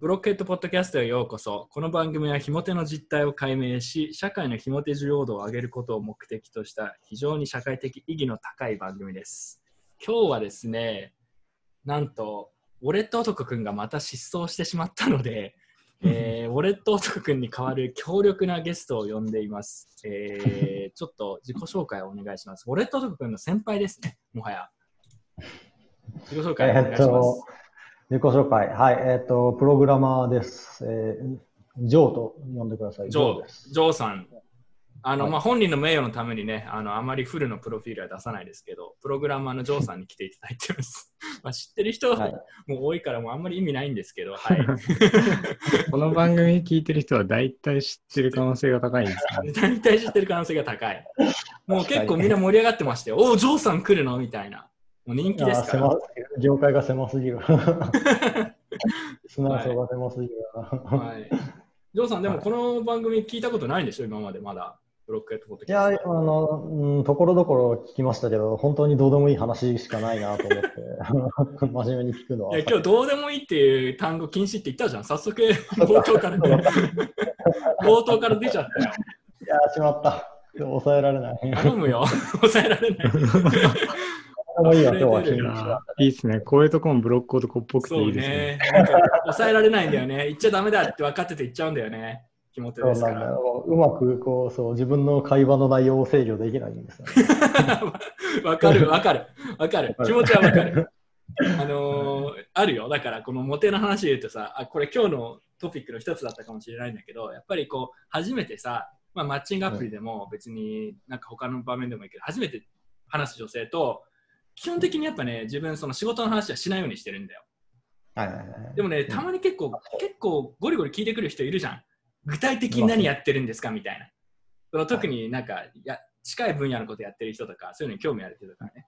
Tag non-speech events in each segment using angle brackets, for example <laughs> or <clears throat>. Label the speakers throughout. Speaker 1: ブロッケットポッドキャストへようこそ。この番組はひも手の実態を解明し、社会のひも手需要度を上げることを目的とした非常に社会的意義の高い番組です。今日はですね、なんと、ウォレット男くんがまた失踪してしまったの
Speaker 2: <laughs>
Speaker 1: で、えー、ウォレット男くんに代わる強力なゲストを呼んでいます。えー、ちょっと自己紹介をお願いします。ウォレット男くんの先輩ですね、もはや。自己紹介お願いし
Speaker 2: えーっ
Speaker 1: ます。
Speaker 2: と、自己紹介。はい、えーっと、プログラマーです。えージョーと呼んでください。
Speaker 1: ジョ
Speaker 2: で
Speaker 1: ー、
Speaker 2: す。
Speaker 1: ジョーさん。あの、
Speaker 2: はい
Speaker 1: まあ、本人の名誉のためにね、あの、あまりフルのプロフィールは出さないですけど、プログラマーのジョーさんに来ていただいてます。 <laughs> まあ、知ってる人
Speaker 2: はい
Speaker 1: も多いから、もうあんまり意味ないんですけど、はい。
Speaker 3: この番組聞いてる人は大体知ってる可能性が高いんですよね。
Speaker 1: 大体知ってる可能性が高い。もう結構みんな盛り上がってましたよ。おお、ジョーさん来るのみたいな。もう人気で
Speaker 2: あ
Speaker 1: すか
Speaker 2: ー
Speaker 1: ら
Speaker 2: 狭。すぎる業界が狭す
Speaker 1: <laughs>
Speaker 2: ぎる。砂層が狭すぎるな。い
Speaker 1: はい。ジョーさん、でもこの番組聞いたことないんでしょ今までまだ。ブロックエットポッドキ
Speaker 2: や、あ
Speaker 1: ャスト。
Speaker 2: の、うんところどころ聞きましたけど、本当にどうでもいい話しかないなと思って、 <laughs> 真面目に聞くのは。
Speaker 1: いや今日どうでもいいっていう単語禁止って言ったじゃん。早
Speaker 3: <laughs>
Speaker 1: 速、冒頭から、冒頭から出ちゃったよ。
Speaker 2: いやー、しまった。でも抑えられない。
Speaker 1: 頼むよ。抑えられない。
Speaker 2: でもいいよ、今日は
Speaker 1: 溢れて
Speaker 2: 緊
Speaker 3: い
Speaker 1: る
Speaker 2: 張した
Speaker 3: や。ーいいですね。こういうとこもブロック男っぽくて
Speaker 1: そ
Speaker 3: いういですね。
Speaker 1: ね。なんか抑えられないんだよね。言っちゃダメだって分かってて言っちゃうんだよね。気持ち
Speaker 2: そ
Speaker 1: で
Speaker 2: う
Speaker 1: す
Speaker 2: な
Speaker 1: か
Speaker 2: んだ
Speaker 1: ら。
Speaker 2: よ。うまく、こう、そう、自分の会話の内容を制御できないんですよね。
Speaker 1: <laughs> 分かる、分かる。分かる
Speaker 2: わか。る
Speaker 1: 気持ちは分かる。あのーあるよ。だから、このモテの話で言うとさ、あ、これ今日のトピックの一つだったかもしれないんだけど、やっぱりこう、初めてさ、まあ、マッチングアプリでも別になんか他の場面でもいいけど、初めて話す女性と、基本的にやっぱね、自分その仕事の話はしないようにしてるんだよ。
Speaker 2: はいはいはい。
Speaker 1: でもね、たまに結構、結構ゴリゴリ聞いてくる人いるじゃん。具体的に何やってるんですかみたいな。その特になんかや、近い分野のことやってる人とか、そういうのに興味ある人とかね。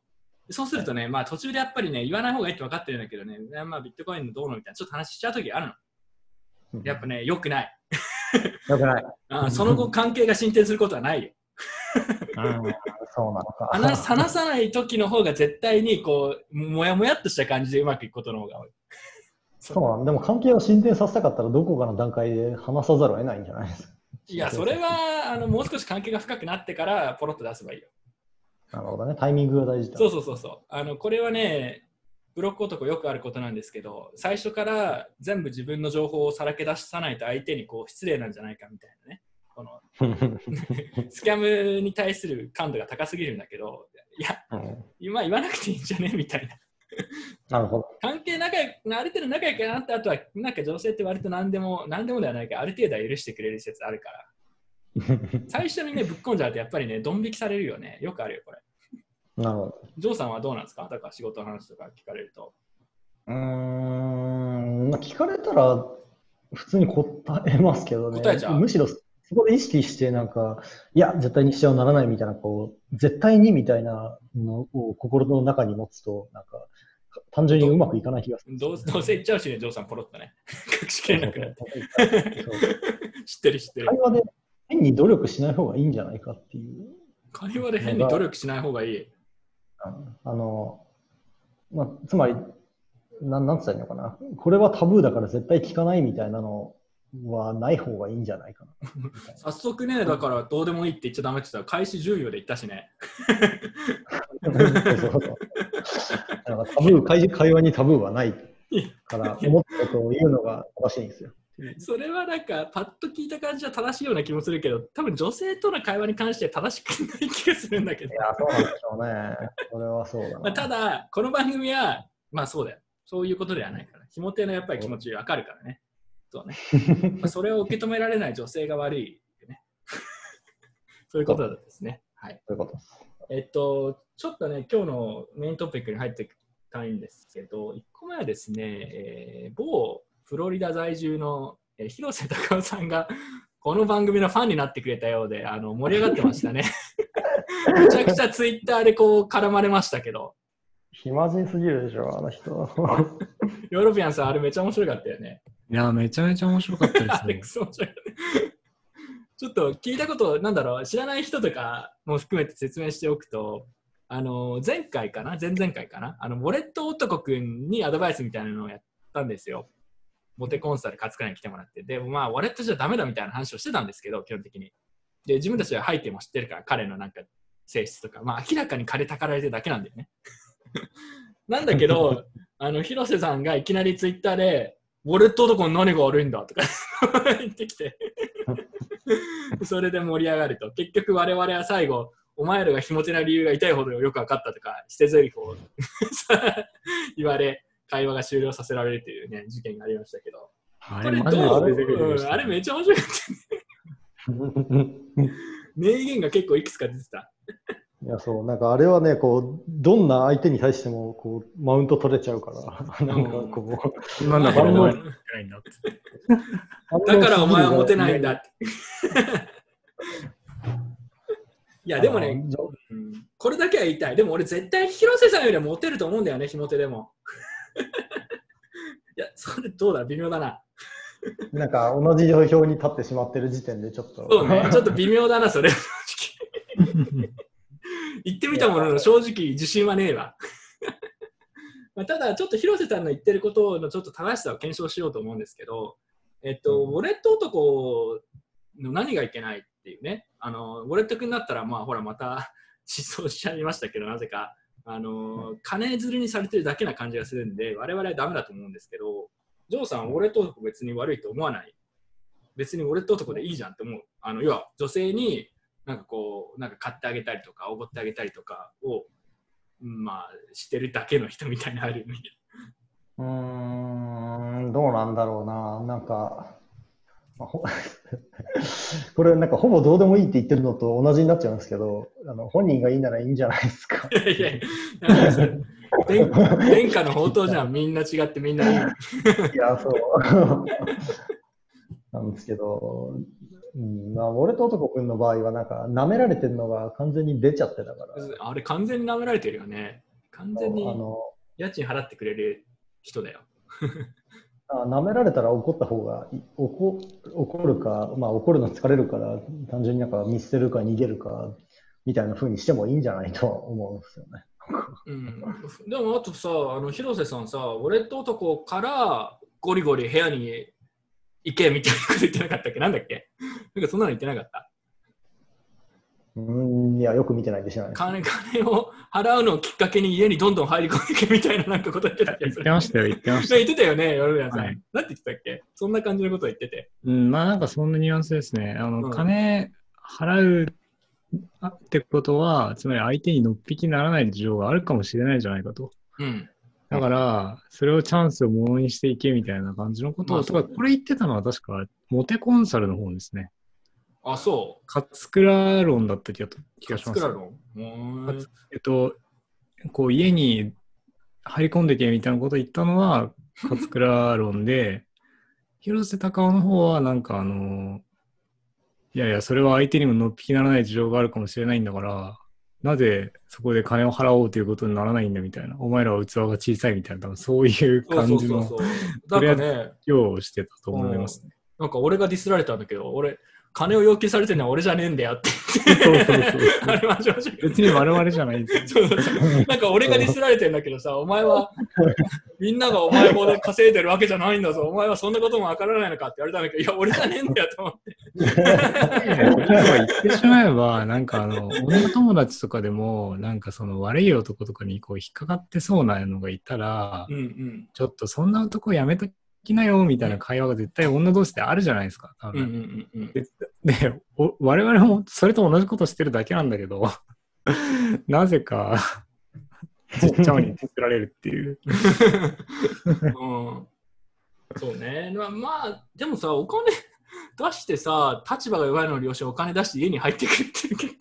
Speaker 1: そうするとね、まあ途中でやっぱりね、言わない方がいいって分かってるんだけどね、まあビットコインのどうのみたいな、ちょっと話しちゃうときあるの。
Speaker 2: うん
Speaker 1: やっぱね、良くない。
Speaker 2: よくない。
Speaker 1: あーその後関係が進展することはないよ。
Speaker 3: あ
Speaker 2: そうなのか。
Speaker 1: <laughs> 話話さない時の方が絶対にこう、もやもやっとした感じでうまくいくことの方が多い。
Speaker 2: そうなの。でも関係を進展させたかったら、どこかの段階で話さざるを得ないんじゃないですか。
Speaker 1: いや、それはあのもう少し関係が深くなってからポロッと出せばいいよ。
Speaker 2: なるほどね。タイミングが大事だ。
Speaker 1: そうそうそうそうあのこれはねブロック男よくあることなんですけど最初から全部自分の情報をさらけ出さないと相手にこう失礼なんじゃないかみたいなねこのスキャムに対する感度が高すぎるんだけどいや
Speaker 2: うん
Speaker 1: 今言わなくていいんじゃねみたいな
Speaker 2: <laughs> なるほど。
Speaker 1: 関係仲良くある程度仲良くなった後はなんか女性って割と何でも何でもではないけどある程度は許してくれる説あるから最初にねぶっ込んじゃうとやっぱりねドン引きされるよねよくあるよこれ
Speaker 2: なるほど。
Speaker 1: ジョーさんはどうなんですかだから仕事の話とか聞かれると
Speaker 2: うーん、まあ聞かれたら、普通に答えますけどね。
Speaker 1: 答えちゃう
Speaker 2: むしろ、そこで意識して、なんか、いや、絶対にしてはならないみたいな、こう、絶対にみたいなのを心の中に持つと、なんか、単純にうまくいかない気がする。
Speaker 1: どうどうせ言っちゃうしね、ジョーさん、ポロッとね。 <laughs> 隠しきれなくなって。
Speaker 2: そう
Speaker 1: 知ってる、知ってる
Speaker 2: 会。話で変に努力しない方がいいんじゃないかっていう。
Speaker 1: 会話で変に努力しない方がいい。
Speaker 2: あの、まあ、つまり、なん、なんつったらいいのかな。これはタブーだから絶対聞かないみたいなのはない方がいいんじゃないかな。みたい
Speaker 1: 早速ね、だからどうでもいいって言っちゃダメって言ったら、開始10秒で言ったしね。
Speaker 2: <laughs> なそうそうそうなんかタブー会、会話にタブーはないから、思ったことを言うのが正しいんですよ。
Speaker 1: それはなんか、パッと聞いた感じは正しいような気もするけど、多分女性との会話に関しては正しくない気がするんだけど
Speaker 2: い。や、そうなんでしょうね。それはそうだな。
Speaker 1: まあ、ただ、この番組は、まあそうだよ。そういうことではないから。ひも手のやっぱり気持ちわかるからね。そう <laughs> ね。まあそれを受け止められない女性が悪いよね。 <laughs> そういうことなんですね。はい。
Speaker 2: ということです。
Speaker 1: えっと、ちょっとね、今日のメイントピックに入っていきたいんですけど、1個前はですね、えー某フロリダ在住の、えー広瀬隆夫さんが、この番組のファンになってくれたようで、あの盛り上がってましたね。めちゃくちゃツイッターでこう絡まれましたけど、
Speaker 2: 暇人すぎるでしょ、あの人。 <laughs>
Speaker 1: ヨーロピアンさん、あれめちゃ面白かったよね。
Speaker 3: ーいやー、めちゃめちゃ面白かったで
Speaker 1: あ
Speaker 3: す
Speaker 1: れ
Speaker 3: ね
Speaker 1: ク。ソ面白かった。ちょっと聞いたこと、なんだろう、知らない人とかも含めて説明しておくと、あの前回かな、前々回かな、あのウォレット男くんにアドバイスみたいなのをやったんですよ。モテコンサル勝つくらいに来てもらって、で、まあ、ワレットじゃダメだみたいな話をしてたんですけど、基本的に。で、自分たちは背景も知ってるから、彼のなんか性質とか、まあ、明らかに彼たかられてるだけなんだよね。なんだけど、あの、広瀬さんがいきなりツイッターで、ウォレット男に何が悪いんだとか言ってきて、 <laughs> それで盛り上がると。結局我々は最後、お前らがひもてな理由が痛いほどよく分かったとか、捨て台詞を <laughs> 言われ、会話が終了させられるというね、事件がありましたけど。
Speaker 3: あ
Speaker 1: こ
Speaker 3: れ
Speaker 1: れ
Speaker 3: マジで
Speaker 1: ど
Speaker 3: 忘
Speaker 1: う
Speaker 3: れてくるで
Speaker 1: う
Speaker 3: し
Speaker 1: ん
Speaker 3: た
Speaker 1: あれめっちゃ面白かった。名言が結構いくつか出てた。
Speaker 2: いや、そう、なんかあれはね、こう、どんな相手に対しても、こう、マウント取れちゃうから、 <laughs> なんかこう、
Speaker 3: そんなんだからどうやってないんだって。
Speaker 1: だからお前はモテないんだって。いや、でもね、
Speaker 2: あ。じゃ
Speaker 1: うんこれだけは言いたい。でも俺絶対広瀬さんよりはモテると思うんだよね、ひもてでも。 <laughs> いや、それどうだ微妙だな。
Speaker 2: なんか同じ土俵に立ってしまってる時点でちょっと。
Speaker 1: そう <laughs> ね、ちょっと微妙だな、それ。正直 <laughs> 言ってみたものの、正直自信はねえわ。 <laughs> まあただ、ちょっと広瀬さんの言ってることのちょっと正しさを検証しようと思うんですけど、えっと、
Speaker 2: うん
Speaker 1: ウォレット男の何がいけないっていうね、あのウォレット君になったら、まあ、ほら、また <laughs> 失踪しちゃいましたけど、なぜか。あの金づるにされてるだけな感じがするんで、我々はダメだと思うんですけど、ジョーさん、ウォレット男別に悪いと思わない別に俺と男でいいじゃんって思う。あの要は女性になんかこうなんか買ってあげたりとかおごってあげたりとかを、うんまあ、してるだけの人みたいなある意味で
Speaker 2: うーん、どうなんだろうな。なんか、まあほ <laughs> これなんかほぼどうでもいいって言ってるのと同じになっちゃうんですけど、あの本人がいいならいいんじゃないですか。
Speaker 1: いや
Speaker 2: <laughs>
Speaker 1: いやなんかそれ天天下の宝刀じゃんみんな違ってみんないい
Speaker 2: いや、そう。 <laughs> なんですけど、うん、まあ、俺と男くんの場合は、なんか、舐められてるのが完全に出ちゃってたから、
Speaker 1: あれ完全に舐められてるよね完全
Speaker 2: あ
Speaker 1: に
Speaker 2: の
Speaker 1: 家賃払ってくれる人だよ
Speaker 2: あ舐められたら怒った方がいい怒、怒るか、まあ、怒るの疲れるから、単純になんか見捨てるか逃げるか、みたいな風にしてもいいんじゃないとは思うんですよね。 <laughs>
Speaker 1: うん、でもあとさあの広瀬さんさ俺と男からゴリゴリ部屋に行けみたいなこと言ってなかったっけなんだっけなんかそんなの言ってなかった
Speaker 2: うん、いや、よく見てないんで知らないです。
Speaker 1: 金金を払うのをきっかけに家にどんどん入り込んでいくみたいななんかこと言ってた気
Speaker 3: 言
Speaker 1: が
Speaker 3: っ
Speaker 1: す
Speaker 3: て
Speaker 1: る。
Speaker 3: ましたよ、言ってました。
Speaker 1: 言ってたよね、ヨルヤさん。
Speaker 3: はい
Speaker 1: なんて言ってたっけそんな感じのこと言ってて。
Speaker 3: うん、まあなんかそんなニュアンスですね。あの、
Speaker 1: うん
Speaker 3: 金払うあってことは、つまり相手にのっぴきならない事情があるかもしれないじゃないかと。
Speaker 1: うん。
Speaker 3: だから、それをチャンスをものにしていけみたいな感じのことを、
Speaker 1: まあ
Speaker 3: と
Speaker 1: そう
Speaker 3: かこれ言ってたのは確か、モテコンサルの方ですね。
Speaker 1: あ、そう。
Speaker 3: カツクラ論だった気が気がします。
Speaker 1: 勝倉のうーん
Speaker 3: えっと、こう家に入り込んでけみたいなことを言ったのは、勝倉論で、 <laughs> 広瀬隆夫の方は、なんかあの、いやいや、それは相手にものっぴきならない事情があるかもしれないんだから、なぜそこで金を払おうということにならないんだみたいな、お前らは器が小さいみたいな、多分そういう
Speaker 1: そうそ
Speaker 3: 感
Speaker 1: う
Speaker 3: じ
Speaker 1: そう
Speaker 3: の
Speaker 1: そう。なんかね、
Speaker 3: 量をしてたと思いますね。
Speaker 1: なんか俺がディスられたんだけど、俺、金を要求されてるのは俺じゃねえんだよって。
Speaker 3: そうそうそう。
Speaker 1: あれ、マジマジ。
Speaker 3: 別に我々じゃないんです
Speaker 1: <laughs>
Speaker 3: よ。
Speaker 1: そうそうそうなんか俺がディスられてんだけどさ、お前はみんながお前ほど稼いでるわけじゃないんだぞ、お前はそんなこともわからないのかって言われたんだけど、いや、俺じゃねえんだよと思って。
Speaker 3: やっぱ
Speaker 2: <laughs>
Speaker 3: 言ってしまえば、なんかあの、女友達とかでも、なんかその悪い男とかにこう引っかかってそうなのがいたら
Speaker 1: う、んうん
Speaker 3: ちょっとそんな男やめときなよみたいな会話が絶対女同士であるじゃないですか。多
Speaker 1: うんうん
Speaker 3: 分
Speaker 1: うんうん
Speaker 3: でお我々もそれと同じことしてるだけなんだけど、
Speaker 1: <laughs>
Speaker 3: なぜか、ちっちゃおに作られるっていう。
Speaker 1: うんそうね、まあ、まあ、でもさ、お金 <laughs> 出してさ、立場が弱いのを利用してお金出して家に入ってくるって結構、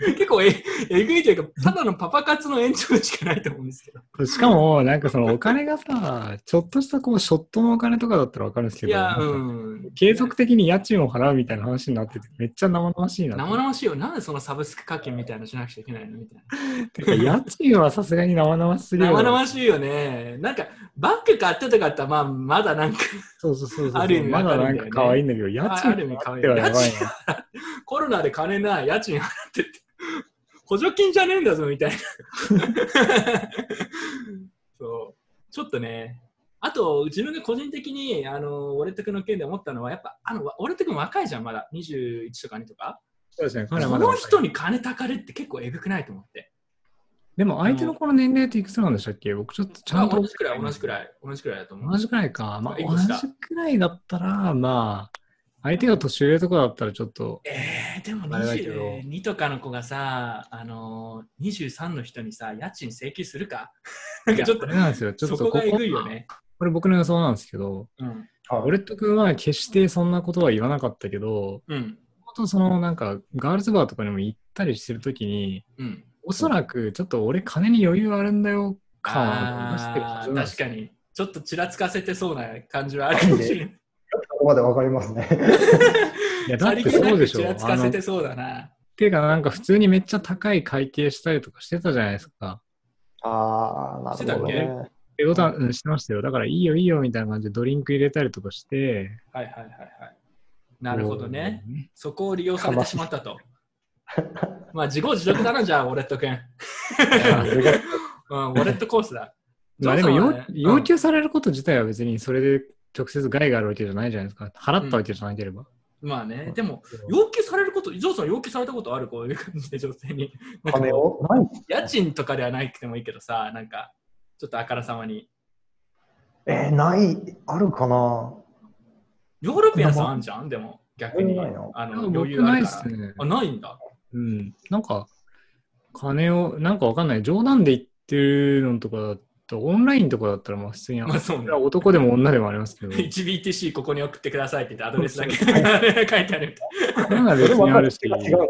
Speaker 1: 結構ええぐいというか、ただのパパ活の延長でしかないと思うんですけど。
Speaker 3: しかも、なんかそのお金がさ、ちょっとしたこう、ショットのお金とかだったらわかるんですけ
Speaker 1: い
Speaker 3: ど、
Speaker 1: や、うん。
Speaker 3: 継続的に家賃を払うみたいな話になってて、めっちゃ生々しいなと思
Speaker 1: 生
Speaker 3: っ
Speaker 1: 々しいよ。なんでそのサブスク課金みたいなのしなくちゃいけないのみたいな。
Speaker 3: て。てか家賃はさすがに生々しすぎる。
Speaker 1: 生々しいよね。なんか、バッグ買ってとかって、まあ、まだなんか、
Speaker 3: そうそうそうそう。
Speaker 1: ある意味
Speaker 3: まだなんか可愛いんだけど、家
Speaker 1: あ
Speaker 3: 賃
Speaker 1: ある意味可愛い
Speaker 3: ってはやばい
Speaker 1: 家賃コロナで金ない、家賃払ってって、補助金じゃね
Speaker 3: <laughs>
Speaker 1: えんだぞ、みたいな。そう。ちょっとね、あと、自分が個人的に、あの、俺と君の件で思ったのは、やっぱ、あの、俺と君若いじゃん、まだ。21とか2とか。
Speaker 3: そうですね、
Speaker 1: こ
Speaker 3: 彼はまだ
Speaker 1: の
Speaker 3: 若い
Speaker 1: 人に金たかるって結構えぐくないと思って。
Speaker 3: でも相手のこの年齢っていくつなんでしたっけ僕ちょっとちゃ
Speaker 1: あ
Speaker 3: んと。
Speaker 1: 同じくらい、同じくらい、同じくらいだと思う
Speaker 3: 同。じくらいか。まあ、
Speaker 1: い
Speaker 3: 同
Speaker 1: くつだ
Speaker 3: じくらいだったら、まあ、相手が年上とかだったらちょっと、
Speaker 1: えー、でも
Speaker 3: あれだけど
Speaker 1: 22とかの子がさ、あの23の人にさ、家賃請求する
Speaker 3: <laughs>
Speaker 1: かなんかちょっ
Speaker 3: あ
Speaker 1: と
Speaker 3: れ、なんですよ。ちょっ
Speaker 1: そ
Speaker 3: と
Speaker 1: こがえぐいよ
Speaker 3: ここ
Speaker 1: ね。
Speaker 3: これ僕の予想なんですけど、
Speaker 1: うん。
Speaker 2: はい
Speaker 3: 俺と君は決してそんなことは言わなかったけど、
Speaker 1: うん。
Speaker 3: 本当そのなんか、ガールズバーとかにも行ったりしてるときに、
Speaker 1: うん。
Speaker 3: おそらくちょっと俺金に余裕あるんだよ感は出してるは
Speaker 1: あ
Speaker 3: ず
Speaker 1: ー
Speaker 3: なんで
Speaker 1: 確
Speaker 3: すよ
Speaker 1: かに。ちょっとちらつかせてそうな感じはあるかもしれない。
Speaker 2: ここまでわかりますね。
Speaker 3: いや、だ
Speaker 1: さ
Speaker 3: っ
Speaker 1: り
Speaker 3: て
Speaker 1: げな
Speaker 3: そうで
Speaker 1: く
Speaker 3: し
Speaker 1: ち
Speaker 3: ょ。
Speaker 1: らつ
Speaker 3: あ
Speaker 1: か
Speaker 3: の
Speaker 1: せ
Speaker 3: って
Speaker 1: そうだな。
Speaker 3: ていうか、なんか普通にめっちゃ高い会計したりとかしてたじゃないですか。
Speaker 2: ああ、なるほど
Speaker 1: して
Speaker 2: ね。
Speaker 3: え、ボタンうんしてましたよ。だから、いいよいいよみたいな感じでドリンク入れたりとかして。
Speaker 1: はいはいはいはい。なるほどね。
Speaker 3: こう。
Speaker 1: そこを利用されてしまったと。まあ自業自得だな、じゃあ、ウォレット君。
Speaker 3: あ
Speaker 2: それが
Speaker 1: <laughs> うん、ウォレットコースだ。
Speaker 3: まあでも、
Speaker 1: ジョンさんは
Speaker 3: 要
Speaker 1: ね
Speaker 3: 要求されること自体は別にそれで直接害があるわけじゃないじゃないですか。払ったわけじゃなければ。
Speaker 1: まあね、でも、
Speaker 3: そう
Speaker 1: 要求されること、ジョーさん要求されたことあるこういう感じで女性に。なんか
Speaker 2: <laughs> 金
Speaker 1: こ
Speaker 2: をない。
Speaker 1: う家賃とかではないくてもいいけどさ、なんか、ちょっとあからさまに。
Speaker 2: えー、ない、あるかな。
Speaker 1: ヨーロピアンさんあんじゃんでも、逆に。
Speaker 2: 俺ないな
Speaker 1: あの
Speaker 3: いや
Speaker 1: 余裕
Speaker 3: 僕
Speaker 1: あ
Speaker 3: ない
Speaker 1: る
Speaker 3: っ
Speaker 1: か
Speaker 3: す
Speaker 1: ら。
Speaker 3: ね。
Speaker 1: あ、ないんだ。
Speaker 3: うん。なんか、金を、なんかわかんない。冗談で言ってるのとかだと、オンラインとかだったら、まあ普通に、
Speaker 1: まあそうね
Speaker 3: いや男でも女でもあります
Speaker 1: <laughs>
Speaker 3: けど。
Speaker 1: 1BTC ここに送ってくださいって言ってアドレスだけ <laughs> 書いてあるみたい
Speaker 3: なんか別にあるし。
Speaker 2: それは違うか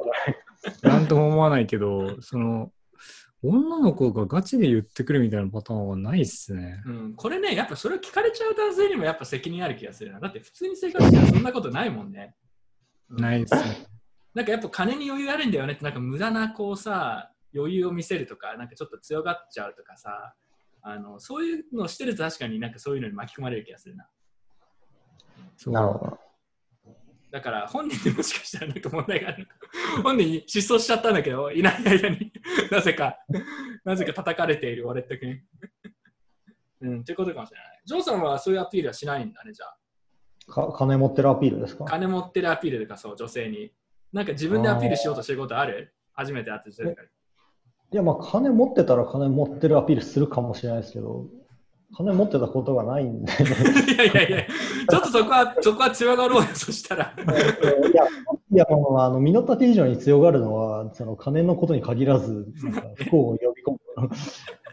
Speaker 2: ら
Speaker 3: なんとも思わないけど、その、女の子がガチで言ってくるみたいなパターンはないっすね。
Speaker 1: うん、これね、やっぱそれを聞かれちゃう男性にもやっぱ責任ある気がするな。だって普通に生活したらそんなことないもんね。うん
Speaker 3: ないっすね。
Speaker 1: なんかやっぱ金に余裕あるんだよねって、なんか無駄なこうさ、余裕を見せるとか、なんかちょっと強がっちゃうとかさ、あのそういうのをしてると確かになんかそういうのに巻き込まれる気がするな。
Speaker 3: そう
Speaker 2: なるほど。
Speaker 1: だから本人でもしかしたらなんか問題があるのか。 <laughs> 本人失踪しちゃったんだけど、いない間に <laughs> なぜか、なぜか叩かれている俺って君。うん、ということかもしれない。ジョーさんはそういうアピールはしないんだね、じゃあ。
Speaker 2: か金持ってるアピールですか
Speaker 1: 金持ってるアピールとかそう、女性に。なんか自分でアピールしようとしてることある初めて会った時から。
Speaker 2: いや、まあ、金持ってたら金持ってるアピールするかもしれないですけど、金持ってたことがないんで、
Speaker 1: いやいやいや、ちょっとそこは、そこは強がろうよ、そしたら。
Speaker 2: いや、いやもうあの身の丈以上に強がるのは、その金のことに限らず、なんか不幸を呼び込む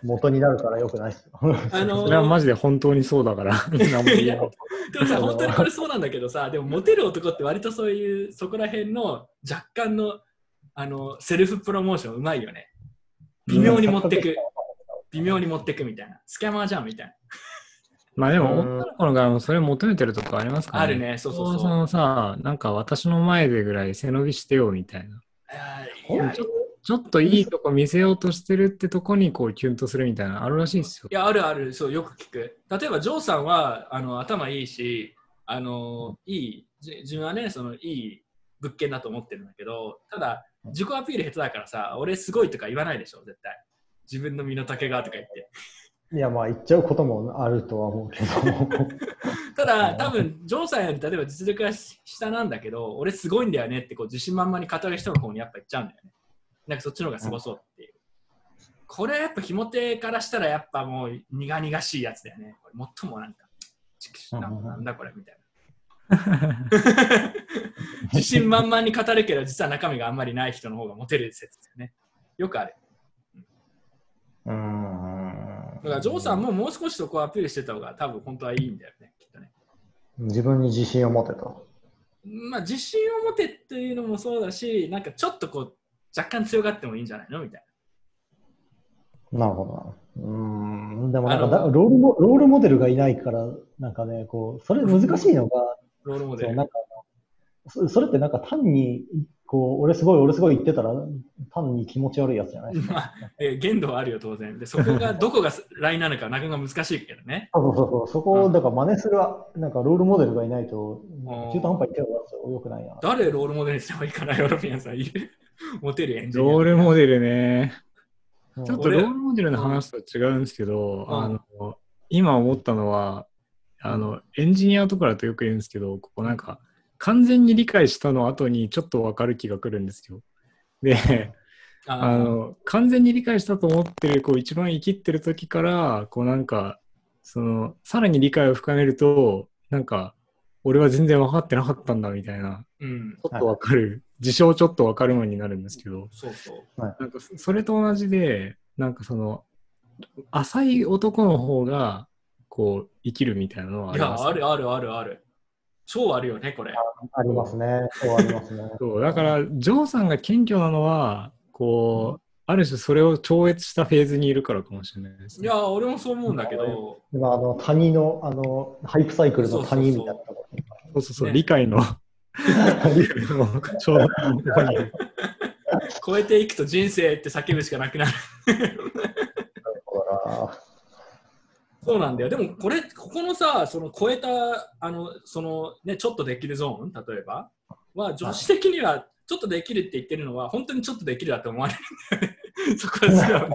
Speaker 2: 元になるからよくないですよ。
Speaker 1: あの
Speaker 3: それはマジで本当にそう
Speaker 1: <laughs>
Speaker 3: だから、何も言えない
Speaker 1: でもさ、本当にこれそうなんだけどさ、でもモテる男って割とそういう、そこら辺の若干のあのセルフプロモーションうまいよね。微妙に持ってく、微妙に持ってくみたいな。スキャマーじゃんみたいな。
Speaker 3: まあでも、
Speaker 2: うん
Speaker 3: 女の子の側もそれ求めてるとこありますから
Speaker 1: ある。ね、そう
Speaker 3: そ
Speaker 1: そうう
Speaker 3: そ
Speaker 1: そう。
Speaker 3: のさ、なんか私の前でぐらい背伸びしてよみたいな。
Speaker 1: あーい
Speaker 2: ほん
Speaker 1: や
Speaker 2: と
Speaker 3: ちょっといいとこ見せようとしてるってとこにこうキュンとするみたいなのあるらしいっすよ
Speaker 1: い。や、あるある、そう、よく聞く。例えば、ジョーさんはあの頭いいし、あのいい、じ自分はね、そのいい物件だと思ってるんだけど、ただ、自己アピール下手だからさ、俺すごいとか言わないでしょ、絶対。自分の身の丈がとか言って。
Speaker 2: いや、まあ、言っちゃうこともあるとは思うけど、
Speaker 1: ただ、多分ジョーさんより例えば実力が下なんだけど、俺すごいんだよねってこう自信満々に語る人の方にやっぱ行っちゃうんだよね。なんかそっちの方がすごそうっていう。これやっぱひも手からしたらやっぱもう苦々しいやつだよね。これもっともなんか、チクショ
Speaker 2: うんうんうん
Speaker 1: なんだこれみたいな。自信満々に語るけど、実は中身があんまりない人の方がモテる説だよね。よくある。
Speaker 2: うーん
Speaker 1: だからジョーさんももう少しそこをアピールしてた方が多分本当はいいんだよね、きっとね。
Speaker 2: 自分に自信を持てと。
Speaker 1: まあ、自信を持てというのもそうだし、なんかちょっとこう、若干強がってもいいんじゃないのみたい
Speaker 2: なるほどな。うーん、でもなんか
Speaker 1: あ
Speaker 2: だ
Speaker 1: の
Speaker 2: ロールモ、ロールモデルがいないから、なんかね、こう、それ難しいのが、
Speaker 1: な。ロールモデ
Speaker 2: そう
Speaker 1: ル。
Speaker 2: なんかあのそそれってなんか単にこう俺すごい俺すごい言ってたら単に気持ち悪いやつじゃないです
Speaker 1: <laughs>
Speaker 2: か。
Speaker 1: まあ、えー限度はあるよ、当然。で、そ
Speaker 3: <laughs>
Speaker 1: こがどこがラインなのか、なかなか難しいけどね。
Speaker 2: そうそうそう、そこをだから真似するなんかロールモデルがいないと
Speaker 1: うん
Speaker 2: 中途半端に手を出すとよくないな。
Speaker 1: 誰ロールモデルにすればいいかな、ヨー <laughs> ロピアンさん。いるモテるエンジニア。
Speaker 3: ロールモデルね。
Speaker 2: うん
Speaker 3: ちょっと
Speaker 1: 俺
Speaker 3: ロールモデルの話とは違うんですけど、
Speaker 1: うん
Speaker 3: あの、今思ったのは、あの、エンジニアとかだとよく言うんですけど、ここなんか、完全に理解したの後にちょっとわかる気がくるんですよ。で、
Speaker 1: あ
Speaker 3: あの、完全に理解したと思ってる、こう、一番生きってる時から、こうなんか、その、さらに理解を深めると、なんか、俺は全然分かってなかったんだみたいな、
Speaker 1: うん
Speaker 3: ち、ょっとわかる、事象ちょっとわかるようになるんですけど、
Speaker 1: そうそう。
Speaker 3: なんかそそれと同じで、なんかその、浅い男の方が、こう、生きるみたいなのはあ
Speaker 1: い
Speaker 3: ります、
Speaker 1: や、あるあるあるある。超あるよね、これ。
Speaker 2: ありますね。そうありますね。 <laughs>
Speaker 3: そうだから、ジョーさんが謙虚なのは、こう、ある種それを超越したフェーズにいるからかもしれないです
Speaker 1: い
Speaker 3: ね。
Speaker 1: や、俺もそう思うんだけど、
Speaker 2: 今、あの、谷の、あの、ハイプサイクルの谷みたいなとこ
Speaker 3: そうそうそう、
Speaker 1: ね
Speaker 3: 理解の、理解のちょうどここに
Speaker 1: 超えていくと人生って叫ぶしかなくなる。
Speaker 2: から、
Speaker 1: そうなんだよ。でも、これ、ここのさ、その超えた、あの、そのね、ちょっとできるゾーン、例えば、は、女子的には、ちょっとできるって言ってるのは、本当にちょっとできるだと思われるんだよね。そ <laughs> こは違う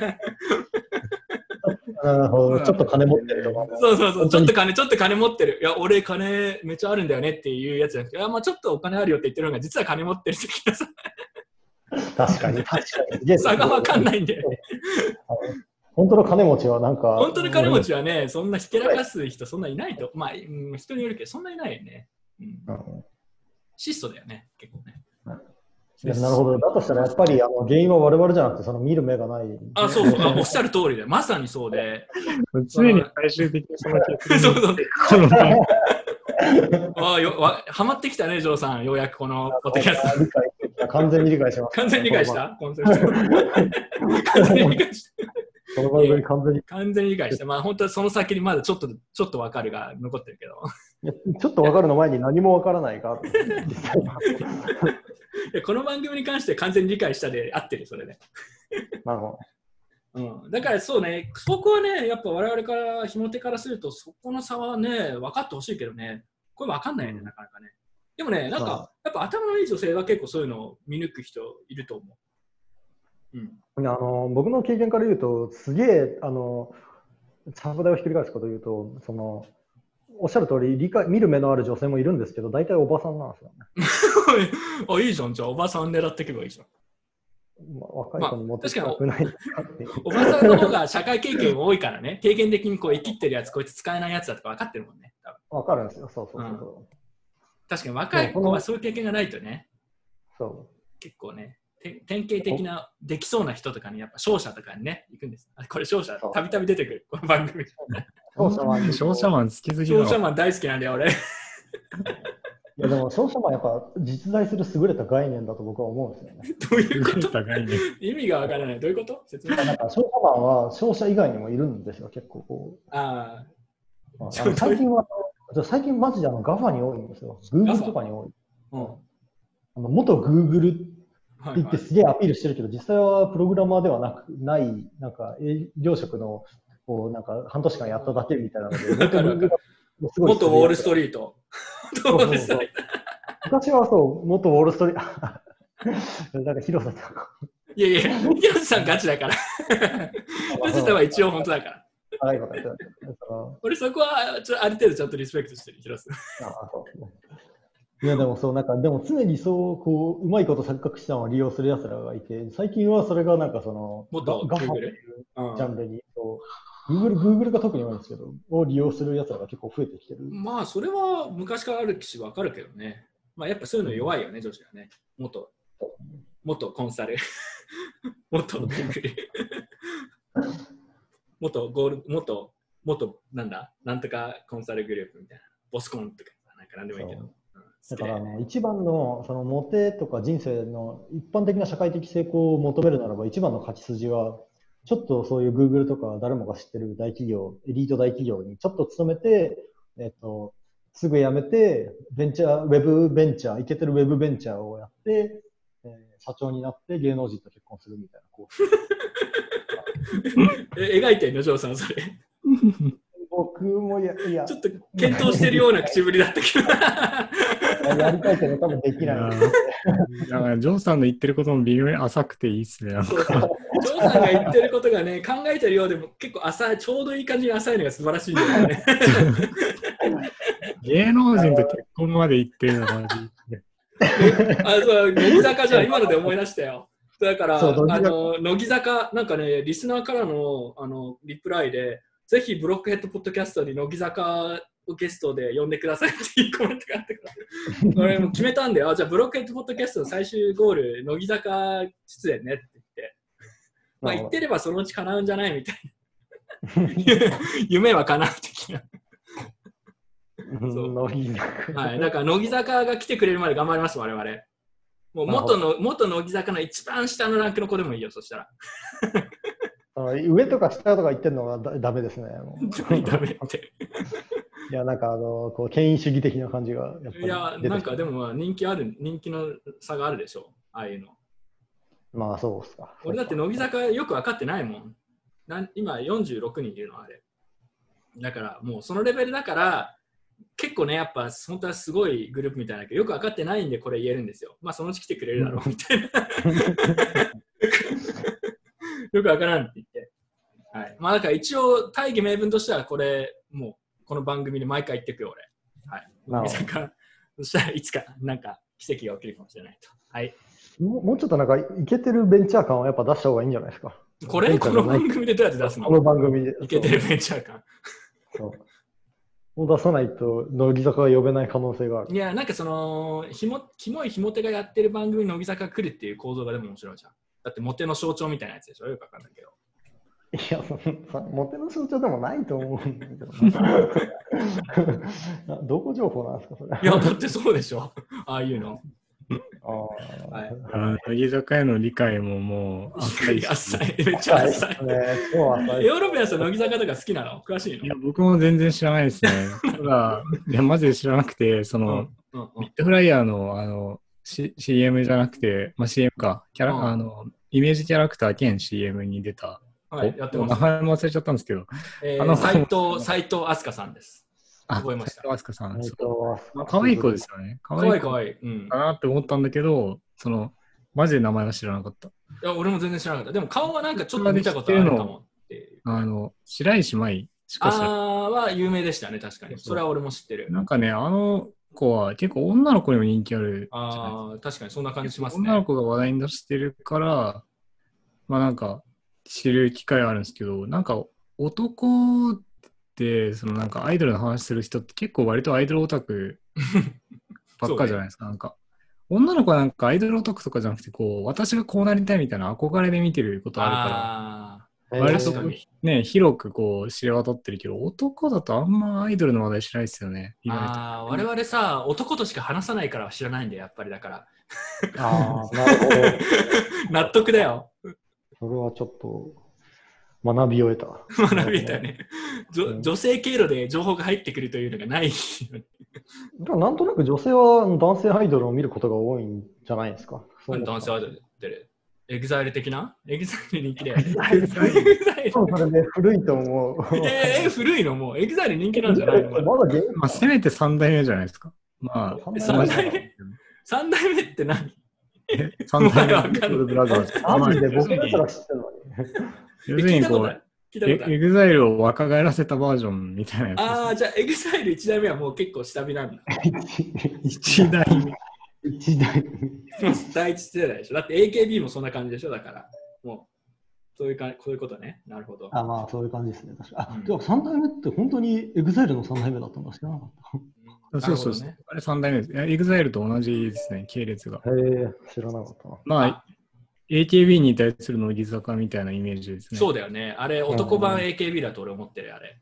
Speaker 1: ね。
Speaker 2: <laughs> なるほど、ちょっと金持ってるとかも。
Speaker 1: そうそうそう、ちょっと金、ちょっと金持ってる。いや、俺、金めっちゃあるんだよねっていうやつじゃなくて、いや、まあちょっとお金あるよって言ってるのが、実は金持ってる的なさ <laughs>
Speaker 2: 確かに、確かに。。
Speaker 1: 差が分かんないいんだよね。
Speaker 2: 本当の金持ちはなんか、
Speaker 1: 本当に金持ちはね、そんなひけらかす人、そんないないと、まあ、うん人によるけど、そんないないよね。うん
Speaker 2: うん
Speaker 1: 質素だよね、結構ね。
Speaker 2: いやなるほど。だとしたら、やっぱりあの原因は我々じゃなくて、その見る目がない。
Speaker 1: あ、そうそう、あおっしゃる通りで、まさにそうで、
Speaker 3: 常に最終的にその結
Speaker 1: <laughs> そうそう、
Speaker 3: 果の段階
Speaker 1: あよわはまってきたね、ジョーさん、ようやくこのポッドキャスト。
Speaker 2: 理解完全に理解します。
Speaker 1: 完全に理解したコンセプト。完全に理解した。
Speaker 2: この番組完全に。
Speaker 1: 完全に理解した。まあ、本当はその先にまだちょっと、ちょっとわかるが残ってるけど。
Speaker 2: いやちょっと分かるの前に何も分からないか。 <laughs> 実際は
Speaker 1: いやこの番組に関して完全に理解したで合ってる、それで。
Speaker 2: なるほ
Speaker 1: うん、だからそうね、そこはね、やっぱ我々から、ひも手からすると、そこの差はね、分かってほしいけどね、これ分かんないよね、なかなかね。でもね、なん
Speaker 2: ま
Speaker 1: か、やっぱ頭のいい女性は結構そういうのを見抜く人いると <laughs> 思う。うん。
Speaker 2: ど。あの僕の経験から言うと、すげえ、あの、サブ台をひっくり返すことを言うと、その、おっしゃる通り理解、見る目のある女性もいるんですけど、大体おばさんなんですよね。
Speaker 1: あ、いいじゃん、じゃあおばさん狙っていけばいいじゃん。
Speaker 2: まあ、若い子に持ってきたくないなっていう
Speaker 1: おばさんの方が社会経験多いからね、経験的にこう、生きってるやつ、こいつ使えないやつだとか分かってるもんね。多分
Speaker 2: 分かるんですよ、そうそうそうそう。
Speaker 1: 確かに若い子はそういう経験がないとね、
Speaker 2: そ
Speaker 1: 結構ね、て典型的なできそうな人とかに、やっぱ勝者とかにね、行くんです。あこれ勝者、
Speaker 2: そう
Speaker 1: たびたび出てくる、この番
Speaker 2: <laughs>
Speaker 1: 組。
Speaker 2: う。商社マン。
Speaker 3: 商社マン好きすぎだ
Speaker 1: 商
Speaker 3: わ
Speaker 1: 社マン大好きなんだよ、俺。 <laughs>
Speaker 2: いやでも、商社マンやっぱ実在する優れた概念だと僕は思うんですよね。
Speaker 1: どういう
Speaker 3: <laughs>
Speaker 1: こ
Speaker 3: 作っ
Speaker 1: と
Speaker 3: た概念
Speaker 1: 意味がわからない。どういうこと説明。
Speaker 2: なんか商社マンは商社以外にもいるんですよ、結構こう。
Speaker 1: あ
Speaker 2: あの
Speaker 1: ちょっと
Speaker 2: 最近は、最近マジであの GAFA に多いんですよ。Google とかに多い。
Speaker 1: あ、うん。
Speaker 2: あの元 Google って
Speaker 1: はい
Speaker 2: 言っ
Speaker 1: は
Speaker 2: て
Speaker 1: い。
Speaker 2: すげえアピールしてるけど、実際はプログラマーではなく、ない、なんか営業職の、こう、なんか半年間やっただけみたいなので、
Speaker 1: わかるわかる
Speaker 2: 元 Google すごい
Speaker 1: 元ウォールスト
Speaker 2: リ
Speaker 1: リート。
Speaker 2: ー
Speaker 1: 元ウォールストリー
Speaker 2: 昔はそう、元ウォールストリート。 <laughs> なんか広さとか。
Speaker 1: ト。いやいや、ヒロシさんガチだ
Speaker 2: <laughs>
Speaker 1: から。ヒロシさんは一応本当だから。
Speaker 2: 長いことやってたその
Speaker 1: 俺そこはちょある程度ちゃんとリスペクトしてる、ヒロシさん。
Speaker 2: ああそういやでもそうなんかでも常にそうこううまいこと錯覚したのを利用するやつらがいて最近はそれがなんかその
Speaker 1: もっと
Speaker 2: ガガファ
Speaker 1: Google？
Speaker 2: っていう
Speaker 1: うん
Speaker 2: ジャンルにこう Google, Google が特に多いんですけどを利用するやつらが結構増えてきてる
Speaker 1: まあ、それは昔からあるしわかるけどね。まあ、やっぱそういうの弱いよね、女子はね。元、元コンサル、 <laughs> 元グーグル、 <laughs> 元ゴール、元、元、なんだ、なんとかコンサルグループみたいな。ボスコンとか、なんかなんでもいいけど。うん好
Speaker 2: だ
Speaker 1: きだ
Speaker 2: からあ
Speaker 1: よね
Speaker 2: の一番のそのモテとか人生の一般的な社会的成功を求めるならば一番の勝ち筋はちょっとそういう Google とか誰もが知ってる大企業エリート大企業にちょっと勤めて、えっとすぐ辞めてベンチャーウェブベンチャーいけてるウェブベンチャーをやって、えー社長になって芸能人と結婚するみたいなこう
Speaker 1: え描いてんの、ジョーさん、それ。ち
Speaker 2: 僕もいやい
Speaker 1: <laughs>
Speaker 2: や
Speaker 1: ょっと検討してるような口ぶりだったけど。
Speaker 2: やりたいけど多分できない。
Speaker 3: いやだからジョーさんの言ってることも微妙に浅くていいっ
Speaker 1: <laughs>
Speaker 3: すね。なんか
Speaker 1: ジョーさんが言ってることがね、考えてるようでも結構浅い、ちょうどいい感じに浅いのが素晴らしいんだよね。
Speaker 3: 芸能人と結婚まで行ってるのが
Speaker 1: あそう乃木坂じゃん今ので思い出したよ。だから
Speaker 2: そう乃木坂
Speaker 1: あの乃木坂なんかねリスナーからのあのリプライでぜひブロックヘッドポッドキャストに乃木坂をゲストで呼んでくださいっていうコ <laughs> メントがあってから俺もう決めたんだよあじゃあブロックヘッドポッドキャストの最終ゴール乃木坂出演ねって言って、 <laughs> まあ、言ってればそのうち叶うんじゃない <laughs> みた
Speaker 2: <laughs>
Speaker 1: いな夢は叶う的な、
Speaker 2: うん
Speaker 1: そう
Speaker 2: ノリが
Speaker 1: はい、だから乃木坂が来てくれるまで頑張ります我々もう元の元乃木坂の一番下のランクの子でもいいよそしたら
Speaker 2: あの上とか下とか言ってるのはだダメですね。もう
Speaker 1: ダメって。
Speaker 2: いや、なんかあの、こう、権威主義的な感じがやっぱり出て
Speaker 1: いや、なんかで
Speaker 2: も。
Speaker 1: もまあ人気ある、人気の差があるでしょ、ああいうの。
Speaker 2: まあ、そうっすか。
Speaker 1: 俺だって乃木坂よく分かってないもん。なん今46人いるの、あれ。だからもうそのレベルだから、結構ね、やっぱ本当はすごいグループみたいだけど、よく分かってないんでこれ言えるんですよ。まあそのうち来てくれるだろうみたいな。 <laughs> よくわからんって言って。はい。まあだから一応、大義名分としてはこれ、もうこの番組で毎回言ってくよ、俺。
Speaker 2: なるほ
Speaker 1: そしたらいつかなんか奇跡が起きるかもしれないと。はい。
Speaker 2: どもうもうちょっとなんか、いけてるベンチャー感をやっぱ出した方がいいんじゃないですか。
Speaker 1: これ、この番組でどうやって出す
Speaker 2: この
Speaker 1: の
Speaker 2: 番組で。
Speaker 1: いけてるベンチャー感。
Speaker 2: そう。そうを出さないと、乃木坂が呼べない可能性がある
Speaker 1: い。や、なんかその、ひも、キモいひも手がやってる番組に乃木坂が来るっていう構造がでも面白いじゃん。だってモテの象徴みたいなやつでしょよくわかんない
Speaker 3: <laughs>
Speaker 1: けど。
Speaker 2: いや、そのモテの象徴でもないと思うんだけどな。な <laughs> どこ情報なんですか、それ。
Speaker 1: いや、だってそうでしょ <laughs> ああいうの。
Speaker 2: あー
Speaker 1: はい
Speaker 3: あの乃木坂への理解ももう浅いし
Speaker 1: あっさい。めっちゃあ
Speaker 2: はい
Speaker 1: っ
Speaker 2: そ
Speaker 1: さ
Speaker 2: う
Speaker 1: い。
Speaker 2: ですねそうなんです
Speaker 1: ヨーロピアンさん、乃木坂とか好きなの詳しい
Speaker 3: い
Speaker 1: の
Speaker 3: や、僕も全然知らないですね。ただ、いや、マジで知らなくて、その、
Speaker 1: うんうん
Speaker 3: ビットフライヤーの、あの、C、CM じゃなくて、まあ、CM か、キャラ、
Speaker 1: うん
Speaker 3: あの、イメージキャラクター兼 CM に出た、
Speaker 1: はい、やって
Speaker 3: お
Speaker 1: ま
Speaker 3: 名
Speaker 1: す。
Speaker 3: 前も忘れちゃったんですけど、
Speaker 1: え
Speaker 3: あの
Speaker 1: ー、斎藤、斎藤飛鳥さんです。覚えました
Speaker 3: 斉藤飛鳥さん。
Speaker 2: え
Speaker 3: そ
Speaker 2: っ
Speaker 3: う
Speaker 2: と
Speaker 3: まあ可愛い子ですよね。可
Speaker 1: か
Speaker 3: 愛
Speaker 1: わ
Speaker 3: い
Speaker 1: いい
Speaker 3: 子
Speaker 1: かわいい。うん
Speaker 3: か。なって思ったんだけど、その、マジで名前は知らなかった。
Speaker 1: いや、俺も全然知らなかった。でも顔はなんかちょっと見たことあるかもっていう。
Speaker 3: あの、白石麻衣しか知らない。
Speaker 1: あーは有名でしたね、確かに。それは俺も知ってる。
Speaker 3: なんかね、あの子は結構女の子にも人気あるじゃないですか。
Speaker 1: ああ、確かにそんな感じしますね。
Speaker 3: 女の子が話題に出してるから、まあなんか知る機会はあるんですけど、なんか男って、そのなんかアイドルの話する人って結構割とアイドルオ
Speaker 1: <laughs>
Speaker 3: タクばっかじゃないですか、なんか。女の子はなんかアイドルオタクとかじゃなくて、こう、私がこうなりたいみたいな憧れで見てることあるか
Speaker 1: あ
Speaker 2: えー
Speaker 3: 割
Speaker 1: あ、
Speaker 3: と
Speaker 1: 確かに。
Speaker 3: ら、ね、広くこう知れ渡ってるけど、男だとあんまアイドルの話題しないですよね、意外と。
Speaker 1: ああ、我々さ、男としか話さないからは知らないんだよ、やっぱりだ <laughs> から。
Speaker 2: あーなるほど。
Speaker 1: 納得だよ。
Speaker 2: それはちょっと学びを得た。
Speaker 1: <laughs> 学びたね。じ
Speaker 2: う
Speaker 1: ょ
Speaker 2: ん
Speaker 1: 女性経路で情報が入ってくるというのがない。
Speaker 2: でもなんとなく女性は男性アイドルを見ることが多いんじゃないですか。そ
Speaker 1: <laughs>
Speaker 2: う
Speaker 1: 男性アイドルってる。エグザイル的なエグザイル人気で。エ
Speaker 3: イル
Speaker 1: グザイル
Speaker 2: 多分それね、古いと思う。
Speaker 1: えー、古いのもうエグザイル人気なんじゃない <laughs>
Speaker 2: <laughs>
Speaker 1: の
Speaker 2: まだ現
Speaker 3: まあ、せめて3代目じゃないですか。まあ、
Speaker 2: え
Speaker 1: 三代目三代目って <laughs> 何
Speaker 3: 三代目
Speaker 1: わかんない
Speaker 3: ビートルブラザーズ。
Speaker 2: マジで僕
Speaker 3: 要
Speaker 2: ら
Speaker 3: す
Speaker 2: す
Speaker 3: る
Speaker 2: ら
Speaker 3: に
Speaker 2: 知ってるのに。
Speaker 1: え
Speaker 3: 要する
Speaker 1: 聞い
Speaker 3: に
Speaker 1: たこ
Speaker 3: こと
Speaker 1: あ
Speaker 3: う
Speaker 1: る。聞いた
Speaker 3: エ
Speaker 1: ことあ
Speaker 3: エ
Speaker 1: る。
Speaker 3: グザイルを若返らせたバージョンみたいな
Speaker 1: あ
Speaker 3: や
Speaker 1: あ、じゃあ、エグザイル1代目はもう結構下火なんだ。
Speaker 2: <laughs>
Speaker 3: つです。一代目。
Speaker 2: 一代。
Speaker 1: <laughs> 第一世代でしょ。だって AKB もそんな感じでしょ、だから。もう、そういうか、こういうことね。なるほど。
Speaker 2: あ、まあそういう感じですね。確か
Speaker 1: う
Speaker 2: あ
Speaker 1: ん、
Speaker 2: でも3代目って本当にエグザイルの3代目だったんですか
Speaker 1: うん
Speaker 3: そうそうそ
Speaker 1: なる
Speaker 3: う。あれ三代目ですいや。エグザイルと同じですね、系列が。
Speaker 2: へえ、知らなかったな。
Speaker 3: まあ、AKB に対する乃木坂みたいなイメージです
Speaker 1: ほどね
Speaker 3: ね。
Speaker 1: そう
Speaker 3: う
Speaker 1: だよね。あれ、男版 AKB だと俺思ってるよ、あれ。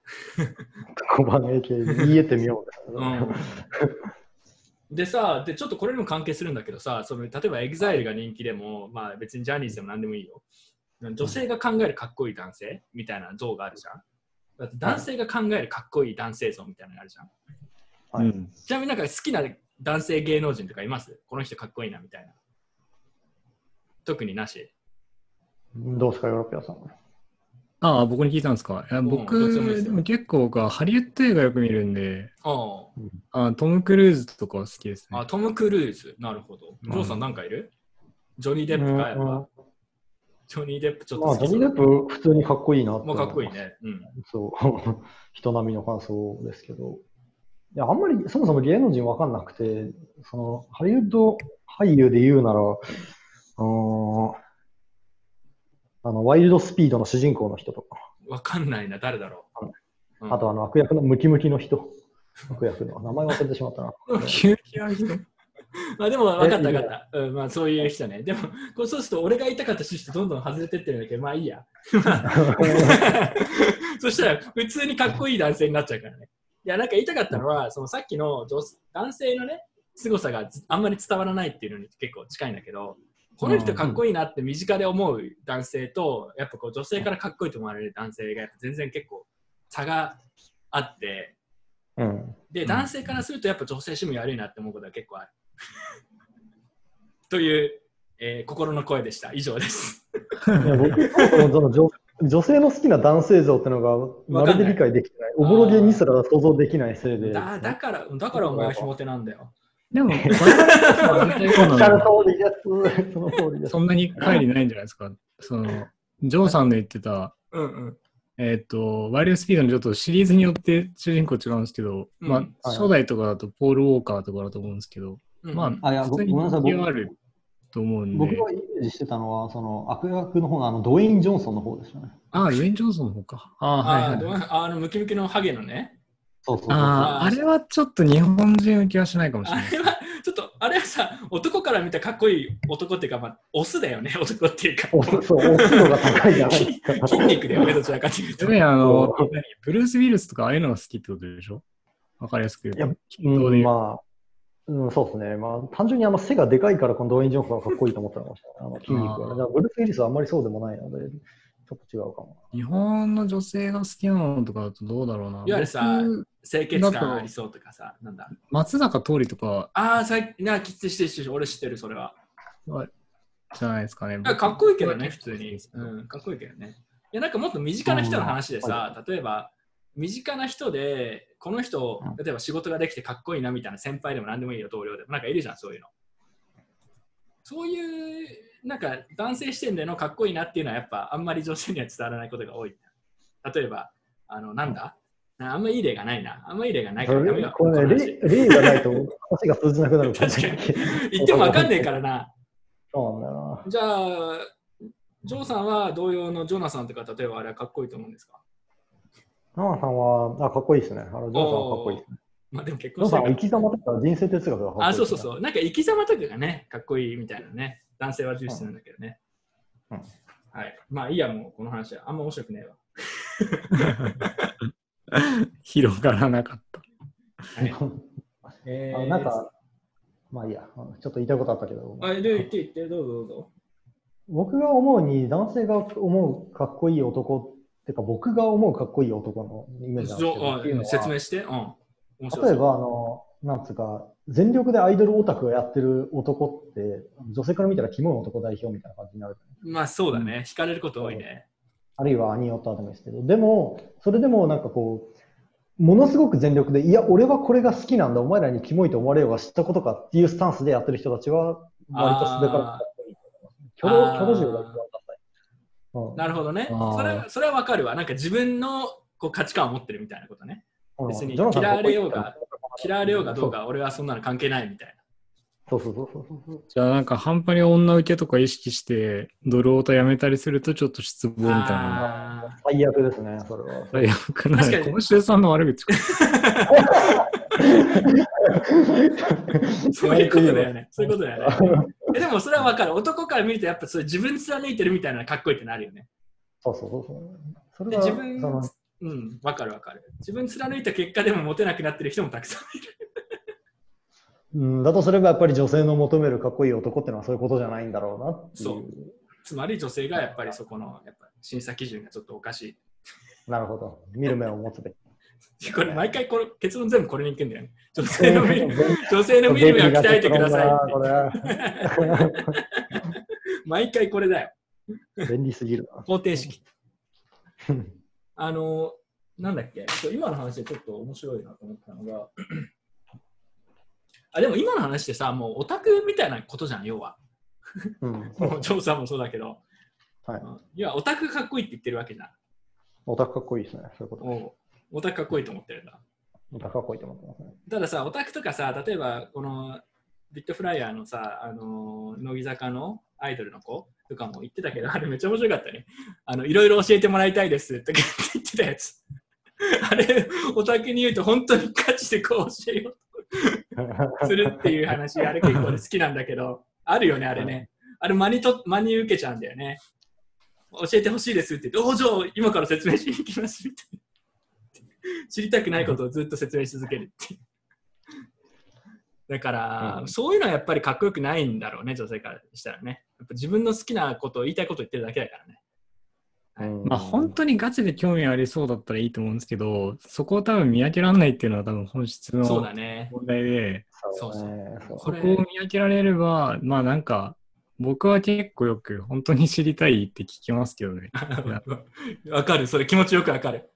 Speaker 2: 5番 AKB、言えてみようです
Speaker 1: う。ん。でさ、で、ちょっとこれにも関係するんだけどさ、その例えばエグザイルが人気でも、まあ別にジャニーズでも何でもいいよ。女性が考えるかっこいい男性みたいな像があるじゃん。だって男性が考えるかっこいい男性像みたいなのがあるじゃん。
Speaker 2: はい
Speaker 3: ん
Speaker 1: ちなみになんか好きな男性芸能人とかいますこの人かっこいいなみたいな。特になし。
Speaker 2: どうですか、ヨーロッパさん。
Speaker 3: ああ、僕に聞いたんですか。いや
Speaker 1: んどっちでもいいで
Speaker 3: 僕、
Speaker 1: すよ
Speaker 3: でも結構僕はハリウッド映画よく見るんで、
Speaker 1: あ
Speaker 3: あトム・クルーズとかは好きです
Speaker 1: あ
Speaker 3: ね
Speaker 1: あ、。トム・クルーズ。なるほど。ジョーさんなんかいるジョニー・デップか、やっぱ。ジョニー・デップちょっと
Speaker 2: まあ、ジョニー・デップ、普通にかっこいいなって。
Speaker 1: もうかっこいい。ね。うん。
Speaker 2: そう、 <laughs> 人並みの感想ですけど。いや、あんまり、そもそも芸能人わかんなくて、その、ハリウッド俳優で言うなら、うーん、あの、ワイルドスピードの主人公の人とか、
Speaker 1: わかんないな、誰だろう。うん
Speaker 2: あとあの、悪役のムキムキの人。悪役の、名前忘れてしまったな。
Speaker 3: 急にあれですね
Speaker 1: <laughs> まあでも分かった分かった。うん、まあそういう人ね。でも、こうそうすると俺が言いたかった趣旨とどんどん外れてってるんだけど、まあいいや。 <laughs> そしたら普通にかっこいい男性になっちゃうからね。いや、なんか言いたかったのは、そのさっきの女男性のね、凄さがずあんまり伝わらないっていうのに結構近いんだけど、この人かっこいいなって身近で思う男性と、やっぱこう女性からかっこいいと思われる男性がやっぱ全然結構差があって、
Speaker 2: うん。
Speaker 3: う
Speaker 1: で、
Speaker 3: ん
Speaker 1: 男性からするとやっぱ女性趣味悪いなって思うことは結構ある。 <laughs> という、えー心の声でした。以上です。
Speaker 2: いや僕、そもそも女女性の好きな男性像ってのが、まるで理解できてない。お
Speaker 1: わかん
Speaker 2: ぼ
Speaker 1: ない
Speaker 2: ろげにすら想像できないせいで。
Speaker 1: だだから、だからお前はひも手なんだよ。
Speaker 2: <laughs>
Speaker 3: でも、我々はそう
Speaker 2: おっ
Speaker 3: なん
Speaker 2: しゃる
Speaker 3: だ
Speaker 2: 通りです。その通りです。
Speaker 3: そんなに乖離ないんじゃないですか。その、ジョーさんの言ってた、
Speaker 1: うんうん。
Speaker 3: えっ、と、ワイルドスピードのちょっとシリーズによって主人公違うんですけど、
Speaker 1: うん
Speaker 3: ま
Speaker 1: は
Speaker 3: あ、初代とかだとポール・ウォーカーとかだと思うんですけど、
Speaker 1: うんうん
Speaker 3: ま
Speaker 2: あいや
Speaker 3: あ、普通に
Speaker 2: ごめんなさい
Speaker 3: 人気はあると思うん
Speaker 2: 僕
Speaker 3: で、
Speaker 2: がイメージしてたのは、その悪役の方のあのドウェイン・ジョンソンの方でしたね。
Speaker 3: ああ、ウェイン・ジョンソンの方か。ああ、はい
Speaker 1: あ
Speaker 3: はい
Speaker 1: ー、どうああのムキムキのハゲのね。
Speaker 2: そうそうそうそう。
Speaker 3: ああ、あれはちょっと日本人受けはしないかもしれ
Speaker 1: あ
Speaker 3: ない。
Speaker 1: れは、ちょっと、あれはさ、男から見たかっこいい男っていうか、まあ、オスだよね、 <laughs> 男っていうか。
Speaker 2: おそう、押すのが高いじゃないです
Speaker 1: <laughs>
Speaker 2: か。
Speaker 1: 筋肉だよね、どちらかというと
Speaker 3: 特。に
Speaker 2: <laughs>
Speaker 3: あの
Speaker 2: そ、
Speaker 3: 何ブルース・ウィルスとかああいうのが好きってことでしょわかりやすく言うと。
Speaker 2: いや
Speaker 3: 筋トレ
Speaker 2: うん、まあ、うん、そうですね。まあ、単純にあの背がでかいから、このドウェイン・ジョンソンがかっこいいと思ったのかもしれない。あの筋肉
Speaker 3: あ
Speaker 2: は、
Speaker 3: ー
Speaker 2: ね。だからブルース・ウィリスはあんまりそうでもないので、ちょっと違うかも。
Speaker 3: 日本の女性が好きなのとかだとどうだろうな。
Speaker 1: いわゆるさ
Speaker 3: 僕
Speaker 1: 清潔感ありそうとかさ、なんだ。
Speaker 3: 松坂桃李とか
Speaker 1: ああ、さっき、な、きつしてして、俺知ってる、それは。
Speaker 3: じゃないですかね。
Speaker 1: あかっこいいけどね、普通に。
Speaker 3: うん
Speaker 1: うん、かっこいいけどね。いや、なんかもっと身近な人の話でさ、例えば、身近な人で、この人
Speaker 2: うん、
Speaker 1: 例えば仕事ができてかっこいいなみたいな先輩でも何でもいいよ、同僚でも。なんかいるじゃん、そういうの。そういう、なんか男性視点でのかっこいいなっていうのは、やっぱあんまり女性には伝わらないことが多い。例えば、あの、なんだなあんまいい例がないな。あんまいい例がないからダメだ。
Speaker 2: これ
Speaker 1: この
Speaker 2: ね
Speaker 1: 話、
Speaker 2: 例例がないと話が通じなくなる
Speaker 1: 確かに言ってもわかんねえからな。
Speaker 2: そうなんだよな。
Speaker 1: じゃあ、ジョーさんは同様のジョナサンとか、例えばあれはかっこいいと思うんですか
Speaker 2: ノアさんは、あ、かっこいいですね。あの、ジョンさんはかっこいいですね。
Speaker 1: まあでも結
Speaker 2: ジョ
Speaker 1: 婚
Speaker 2: ン
Speaker 1: して
Speaker 2: さん
Speaker 1: るから
Speaker 2: は生き様とか人生哲学がかっこいい、
Speaker 1: あ、そうそうそう。なんか生き様とかがね、かっこいいみたいなね。男性は重視なんだけどね。
Speaker 2: うんうん
Speaker 1: はい。まあいいや、もうこの話は。あんま面白くねえわ。
Speaker 3: 広がらなかった。
Speaker 1: はい、え
Speaker 2: あ
Speaker 1: ー、
Speaker 2: なんか、まあいいや、ちょっと言いたいことあったけど、
Speaker 1: あ、どう言って言って、どうぞどうぞ。
Speaker 2: 僕が思うに、男性が思うかっこいい男っていうか、僕が思うかっこいい男のイメージなんですけどっていうの
Speaker 1: そうあ
Speaker 2: は
Speaker 1: 説明して。うん。面白そう
Speaker 2: 例え、ば、あの、なんつうか、全力でアイドルオタクをやってる男って、女性から見たらキモい男代表みたいな感じになる。
Speaker 1: まあそうだね。惹かれること多いね。
Speaker 2: あるいはアニオタでもいいですけど、でも、それでもなんかこう、ものすごく全力で、いや、俺はこれが好きなんだ、お前らにキモいと思われようが知ったことかっていうスタンスでやってる人たちは、割と素手からかっこいいと思います。
Speaker 1: あー
Speaker 2: キョロ、キョロだけは分かんな
Speaker 1: な
Speaker 2: い。
Speaker 1: るほどね。
Speaker 3: あー
Speaker 1: それはそれはわかるわ。なんか自分のこう価値観を持ってるみたいなことね。
Speaker 2: うん
Speaker 1: 別に
Speaker 2: ジョナサン
Speaker 1: 嫌われようが嫌われようがどう
Speaker 2: かっ
Speaker 1: か、俺はそんなの関係ないみたい
Speaker 2: こいい。そうそうそうそうそう。
Speaker 3: じゃあなんか半端に女受けとか意識して、ドルオタやめたりするとちょっと失望みたいな。
Speaker 1: な。あー
Speaker 2: 最悪ですね、それは。
Speaker 3: 最悪な
Speaker 1: 確かに
Speaker 3: この周さんの悪口か。
Speaker 1: <laughs> そういうことだよね。そういうことだよね。えでもそれは分かる。男から見るとやっぱそれ自分貫いてるみたいなのがかっこいいってなるよね。
Speaker 2: そうそうそうそう。それ
Speaker 1: で
Speaker 2: は、
Speaker 1: 自
Speaker 2: そ
Speaker 1: 分
Speaker 2: の、
Speaker 1: うん、分かる分かる。自分貫いた結果でもモテなくなってる人もたくさんいる。
Speaker 2: うん、だとすればやっぱり女性の求めるかっこいい男ってのはそういうことじゃないんだろうなってい。
Speaker 1: そうつまり女性がやっぱりそこのやっぱ審査基準がちょっとおかし
Speaker 2: なるほど。見る目を持つべき。
Speaker 1: い。これ毎回これ結論全部これに行くんだよね。女性の <laughs> 見る女性の見る目は鍛えてください
Speaker 2: こ
Speaker 1: っ
Speaker 2: れ
Speaker 1: て。毎回これだよ。
Speaker 2: 便利すぎるな。
Speaker 1: 方程式。あの、なんだっけ、そう今の話でちょっと面白いなと思ったのが、 <clears throat> あでも今の話ってさ、もうオタクみたいなことじゃん、要は。
Speaker 2: うん、
Speaker 1: もうジョーさんもそうだけど。
Speaker 2: はい
Speaker 1: うん要はオタクかっこいいって言ってるわけじゃん。
Speaker 2: オタクかっこいいですね。そういうこと。
Speaker 1: おうオタクかっこいいと思ってるんだ。
Speaker 2: オタクかっこいいと思ってますね。
Speaker 1: たださ、オタクとかさ、例えばこのビットフライヤーのさ、あのー乃木坂のアイドルの子とかも言ってたけど、あれめっちゃ面白かったね。あのいろいろ教えてもらいたいですとか言ってたやつ。あれ、オタクに言うと本当にガチでこう教えようとするっていう話、あれ結構好きなんだけど、あるよね、あれね。あれ真にと、真に受けちゃうんだよね。教えてほしいですって言って、おうじゃあ今から説明しに行きますみたいな。知りたくないことをずっと説明し続けるっていう。だから、
Speaker 2: うん
Speaker 1: そういうのはやっぱりかっこよくないんだろうね、女性からしたらね。やっぱ自分の好きなことを言いたいことを言ってるだけだからね。
Speaker 2: うん
Speaker 3: まあ本当にガチで興味ありそうだったらいいと思うんですけど、そこを多分見分けられないっていうのは多分本質
Speaker 1: そうだ
Speaker 3: の
Speaker 1: ね。
Speaker 3: 問題で、
Speaker 2: そうですね。そう
Speaker 1: こ
Speaker 3: そ
Speaker 1: れ
Speaker 3: こを見分けられれば、まあなんか、僕は結構よく本当に知りたいって聞きますけど
Speaker 1: <laughs>
Speaker 3: ね。
Speaker 1: わかる、それ気持ちよくわかる。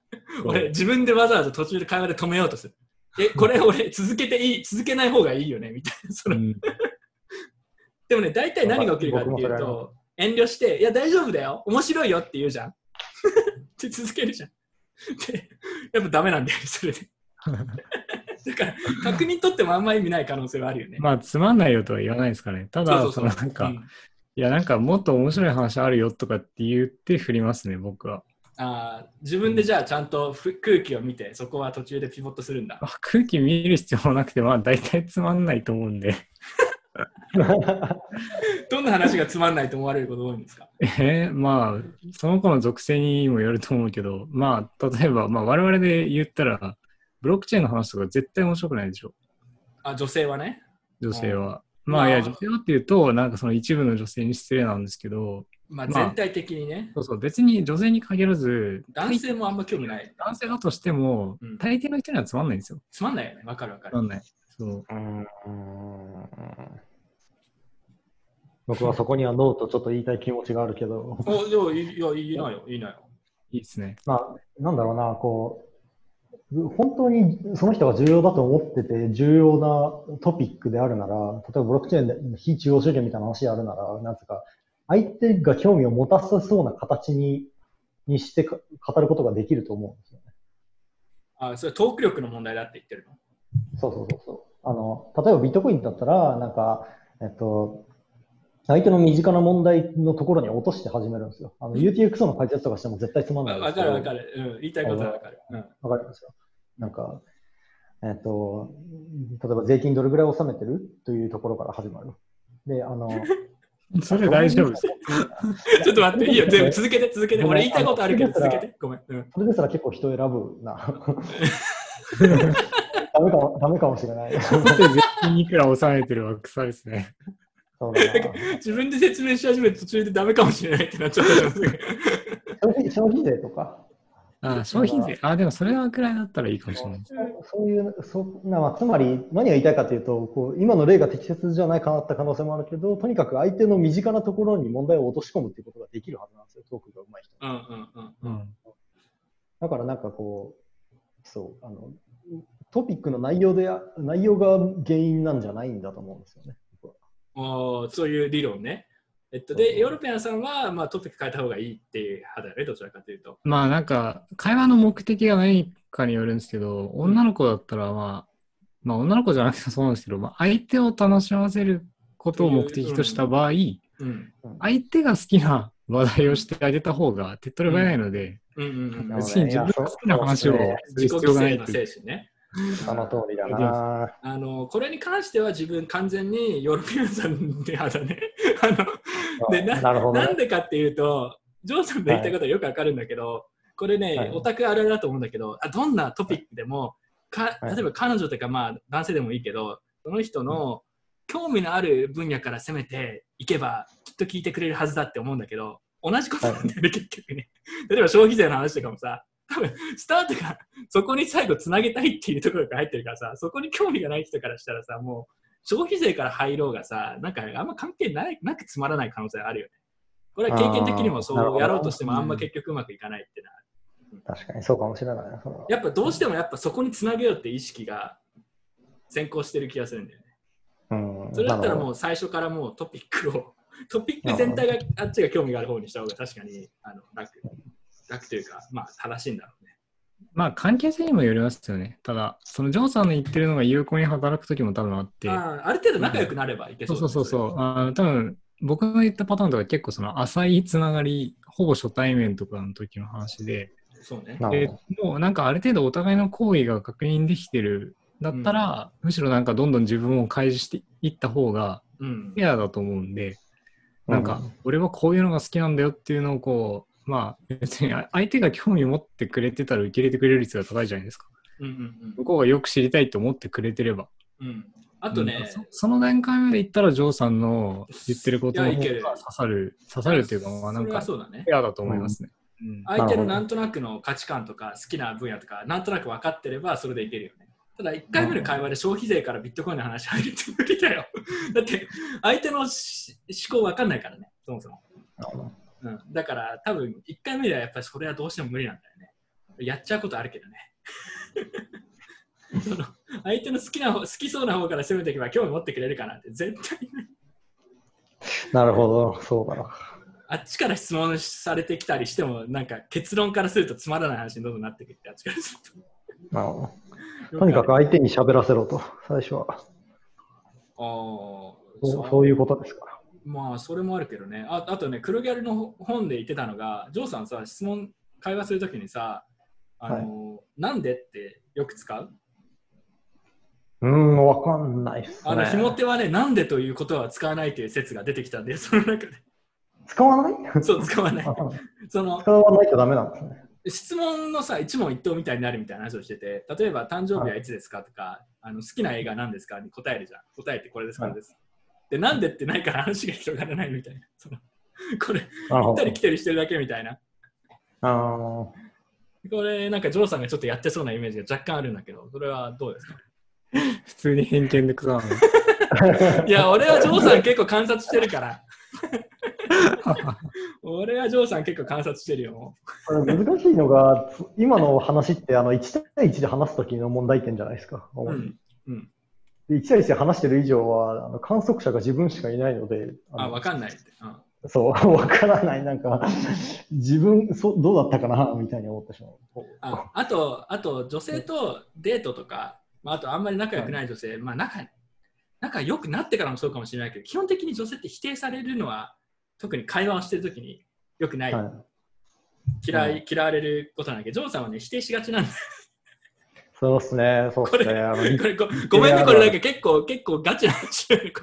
Speaker 1: 俺、自分でわざわざ途中で会話で止めようとする。え、こ
Speaker 3: <laughs>
Speaker 1: れ俺、続けていい、続けない方がいいよね、みたいな。 <laughs> その
Speaker 3: うん
Speaker 1: でもね、大体何が起きるかっていう
Speaker 2: 僕もそれあ
Speaker 1: と、遠慮して、いや、大丈夫だよ、面白いよって言うじゃん。 <laughs> って続けるじゃん。 <laughs> で、やっぱダメなんだよね、 <laughs> それで。だから、確認取ってもあんま意味ない可能性はあるよね。
Speaker 3: まあつまんないよとは言わないですかね。ただ、そのなんか、
Speaker 1: うん
Speaker 3: いやなんかもっと面白い話あるよとかって言って振りますね、僕は。
Speaker 1: あー自分でじゃあちゃんとふ空気を見て、そこは途中でピボットするんだ。
Speaker 3: まあ空気見る必要もなくて、まあ大体つまんないと思うんで。 <laughs>
Speaker 1: どんな話がつまんないと思われること多いんですか
Speaker 3: えーまあその子の属性にもよると思うけどまあ例えば、まあ、我々で言ったらブロックチェーンの話とか絶対面白くないでしょ
Speaker 1: あ、女性はね。
Speaker 3: 女性は。
Speaker 1: うん
Speaker 3: まあいや
Speaker 1: まあ
Speaker 3: 女性はっていうとなんかその一部の女性に失礼なんですけど
Speaker 1: まあ、
Speaker 3: まあ
Speaker 1: 全体的にね、
Speaker 3: そうそう別に女性に限らず
Speaker 1: 男性もあんま興味ない。
Speaker 3: 男性だとしても
Speaker 1: うん
Speaker 3: 大抵の人にはつまんないんですよ。
Speaker 1: つまんないよね。わかるわか
Speaker 3: つ
Speaker 1: る
Speaker 3: ま。んない。そう
Speaker 2: <laughs> うん僕はそこにはノーとちょっと言いたい気持ちがあるけど、
Speaker 1: おでもいいいや、いいなよ、いいなよ。
Speaker 3: いいですね。
Speaker 2: まあ、なんだろうな、こう、本当にその人が重要だと思ってて、重要なトピックであるなら、例えばブロックチェーンで非中央主義みたいな話であるなら、なんつうか、相手が興味を持たせそうな形に、にしてか語ることができると思うんですよね。
Speaker 1: あ、それトーク力の問題だって言ってるの。
Speaker 2: そうそうそうそう。あの、例えばビットコインだったら、なんか、えっと、相手の身近な問題のところに落として始めるんですよ。あの、UTXO の解説とかしても絶対つまんない
Speaker 1: わ
Speaker 2: んです
Speaker 1: わ
Speaker 2: け
Speaker 1: か
Speaker 2: ど
Speaker 1: るわかる。うん、言いたいことはわかる。うん。
Speaker 2: わかりますよ。なんか、えっと、例えば税金どれぐらい納めてるというところから始まる。で、あの、
Speaker 3: それ大丈夫です。
Speaker 1: ちょっと待
Speaker 2: <laughs>
Speaker 1: って、いいよ、全部続けて、続けて。
Speaker 2: ごめん
Speaker 1: 俺言いたいことあるけど、
Speaker 2: あの
Speaker 1: 続けて。ごめん。うん、
Speaker 2: それですら結構人選ぶな。ダメかも、ダメかもしれない。そう
Speaker 3: だって絶対いくら抑えてるわくさですね。
Speaker 2: だな
Speaker 1: 自分で説明し始める途中でダメかもしれないってなっちゃったじゃん。
Speaker 2: 消費消費税とか、
Speaker 3: あ消費税。あでもそれはくらいだったらいいかもしれない。
Speaker 2: そういう、そんな、まあつまり何が言いたいかというと、こう今の例が適切じゃないかなった可能性もあるけど、とにかく相手の身近なところに問題を落とし込むっていうことができるはずなんですよ、トークが上手い人。
Speaker 1: うんうん
Speaker 3: う
Speaker 1: うん。
Speaker 3: ん
Speaker 2: だからなんかこう、そう、あの、トピックの内容で、内容が原因なんじゃないんだと思うんですよね。
Speaker 1: おーそういう理論ね。えっと、
Speaker 2: そうそ
Speaker 1: で、
Speaker 2: う
Speaker 1: ヨーロピアンさんは、まあ、トピック変えた方がいいっていう派だよね、どちらかというと。
Speaker 3: まあなんか、会話の目的が何かによるんですけど、女の子だったらまあ、まあ女の子じゃなくてもそうなんですけど、まあ相手を楽しませることを目的とした場
Speaker 1: う
Speaker 3: 合、
Speaker 1: ん。
Speaker 3: 相手が好きな話題をしてあげた方が手っ取り早いので、
Speaker 1: うんうん
Speaker 2: な
Speaker 1: う
Speaker 2: る
Speaker 1: ん
Speaker 2: ほど。
Speaker 3: 別に自分が好きな話を
Speaker 2: いや
Speaker 3: す
Speaker 1: 自
Speaker 3: る
Speaker 1: 己
Speaker 3: 必
Speaker 1: 犠
Speaker 3: 要がない
Speaker 1: 牲
Speaker 3: っ
Speaker 1: の
Speaker 3: ていう。
Speaker 1: 精神ね。
Speaker 2: その通りだ
Speaker 3: な
Speaker 2: な。
Speaker 1: あのこれに関しては自分完全にヨーロピアンさんで派だね。 <laughs> あのでな
Speaker 2: なるほど
Speaker 1: な
Speaker 2: ね
Speaker 1: ん。でかっていうと、ジョーさんの言いたいことはよくわかるんだけど、これね、
Speaker 2: はい
Speaker 1: オタクあるあるだと思うんだけど、あどんなトピックでも、か
Speaker 2: はい
Speaker 1: 例えば彼女とか、まあ、男性でもいいけど、その人の興味のある分野から攻めていけば、きっと聞いてくれるはずだって思うんだけど、同じことなんだよね、結局ね。例えば消費税の話とかもさ、多分スタートがそこに最後つなげたいっていうところが入ってるからさ、そこに興味がない人からしたらさ、もう消費税から入ろうがさ、なんかあんま関係ないなくつまらない可能性あるよね。これは経験的にもそ
Speaker 2: あーなるほ
Speaker 1: う
Speaker 2: ど
Speaker 1: やろうとしてもあんま結局うまくいかないってな
Speaker 2: 確かにそうかもしれないな。それは
Speaker 1: やっぱどうしてもやっぱそこにつなげようって意識が先行してる気がするんだよね。
Speaker 2: うん、
Speaker 1: それだったら
Speaker 2: なるほ
Speaker 1: もう最初からもうトピックを、トピック全体があっちが興味がある方にした方が確かにあの楽、楽というか、まあ正しいんだろうね。
Speaker 3: まあ関係性にもよりますよね。ただ、そのジョーさんの言ってるのが有効に働く時も多分あって、
Speaker 1: あーある程度仲良くなればいけ
Speaker 3: そ
Speaker 1: そうう
Speaker 3: そうそう
Speaker 1: う。
Speaker 3: そう。あの多分僕の言ったパターンとか結構その浅いつながり、ほぼ初対面とかの時の話で、
Speaker 1: そうね。
Speaker 2: どな
Speaker 3: で
Speaker 2: るほ
Speaker 3: もうなんかある程度お互いの行為が確認できてるだったら、むしろなんかどんどん自分を開示していった方が
Speaker 1: うん
Speaker 3: フ。ェアだと思うんで、
Speaker 2: ど
Speaker 3: なんか、俺はこういうのが好きなんだよっていうのをこう、まあ、別にあ相手が興味持ってくれてたら受け入れてくれる率が高いじゃないですか。
Speaker 1: うんうん
Speaker 3: 向こうがよく知りたいと思ってくれてれば。
Speaker 1: うん。うん、あとね、
Speaker 3: うんそその段階まで言ったら、ジョーさんの言ってることの
Speaker 1: いや
Speaker 3: 方
Speaker 1: い
Speaker 3: が
Speaker 1: け
Speaker 3: 刺
Speaker 1: る
Speaker 3: さる、刺さるというか、まあなん
Speaker 1: それは
Speaker 3: か、フ
Speaker 1: そうだね。
Speaker 3: ェアだと思いますね。うん
Speaker 1: 相手の
Speaker 2: な
Speaker 1: な
Speaker 2: る
Speaker 1: んとなくの価値観とか好きな分野とかなんとなく分かってればそれでいけるよね。ただ1回目の会話で消費税からビットコインの話入るって無理だよ。だって相手のし思考分かんないからね、そもそも。うん、だから多分1回目ではやっぱりそれはどうしても無理なんだよね。やっちゃうことあるけど
Speaker 2: <laughs>
Speaker 1: ね。その相手の好きな方好きそうな方から攻めていけば興味持ってくれるかなって絶対
Speaker 2: なるほど、そうだな。
Speaker 1: あっちから質問されてきたりしてもなんか結論からするとつまらない話にどんどんなってくってあっちからすると。
Speaker 2: なるほどとにかく相手に喋らせろと、最初は。
Speaker 1: あー
Speaker 2: そ
Speaker 1: そう
Speaker 2: うそういうことですか。
Speaker 1: まあそれもあるけどねああとね黒ギャルの本で言ってたのがジョーさんさ質問会話するときにさあの、なんでってよく使う
Speaker 2: うーん、わかんないっす
Speaker 1: あの、
Speaker 2: ね。
Speaker 1: ひも手はねなんでということは使わないという説が出てきたんで <laughs> その中で
Speaker 2: 使わない <laughs>
Speaker 1: そう使 <laughs> わない
Speaker 2: あそう
Speaker 1: その
Speaker 2: 使わないとダメなんですね。
Speaker 1: 質問のさ一問一答みたいになるみたいな話をしてて例えば誕生日はいつですかとか、あの好きな映画何ですかに答えるじゃん答えてこれですこれです、でなんでってないから話が広がらないみたいなそのこれ
Speaker 2: なる
Speaker 1: 行
Speaker 2: ほ
Speaker 1: った
Speaker 2: ど
Speaker 1: り。来たりしてるだけみたいな
Speaker 2: あ
Speaker 1: これなんかジョーさんがちょっとやってそうなイメージが若干あるんだけどそれはどう <laughs> ですか
Speaker 3: 普通に偏見でくだらな
Speaker 1: <laughs>
Speaker 3: い
Speaker 1: いや俺はジョーさん結構観察してる <laughs> から俺はジョーさん結構観察してるよもう
Speaker 2: ーこれ難しいのが、つ今の話ってあの1対1で話すときの問題点じゃないですか。
Speaker 1: うんうん、
Speaker 2: で1対1で話してる以上はあの観測者が自分しかいないので、
Speaker 1: あ
Speaker 2: あの
Speaker 1: 分かんないって、うん
Speaker 2: そう、わからない、なんか、自分そ、どうだったかなみたいに思ってしまう。
Speaker 1: ああと、あと女性とデートとか、まあ、あとあんまり仲良くない女性、まあ仲、仲良くなってからもそうかもしれないけど、基本的に女性って否定されるのは、特に会話をしてるときによくない、
Speaker 2: はい、
Speaker 1: 嫌
Speaker 2: はい
Speaker 1: 嫌われることなんだけど、ジョーさんはね、否定しがち
Speaker 2: <laughs>
Speaker 1: なんだ。
Speaker 2: そうっすね、そうっす
Speaker 1: こ
Speaker 2: ね。あの
Speaker 1: こ
Speaker 2: い
Speaker 1: れごごめんね、これなんか結構、結構ガチな話 <laughs> だよねこ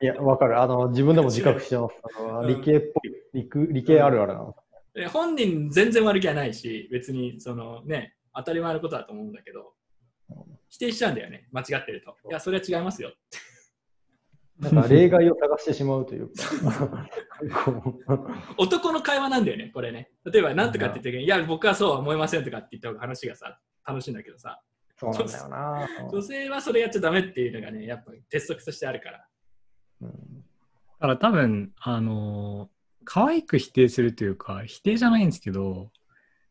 Speaker 1: れ
Speaker 2: や、わかる。あの、自分でも自覚してます。あの
Speaker 1: うん
Speaker 2: 理系っぽい、理く理系あるあるなの。
Speaker 1: え本人全然悪気はないし、別にそのね、当たり前のことだと思うんだけど、否定しちゃうんだよね、間違ってると。いや、それは違いますよ。
Speaker 2: なんか、例外を探してしまうという
Speaker 1: <laughs>
Speaker 2: か。こう
Speaker 1: 男の会話なんだよね、これね。例えば、なんとかって言った時に、いや、僕はそうは思いませんとかって言った方が話がさ、楽しいんだけどさ、
Speaker 2: そうなんだよな。
Speaker 1: 女性はそれやっちゃダメっていうのがね、やっぱ鉄則としてあるから。
Speaker 2: うん
Speaker 3: だから多分、あのー可愛く否定するというか、否定じゃないんですけど、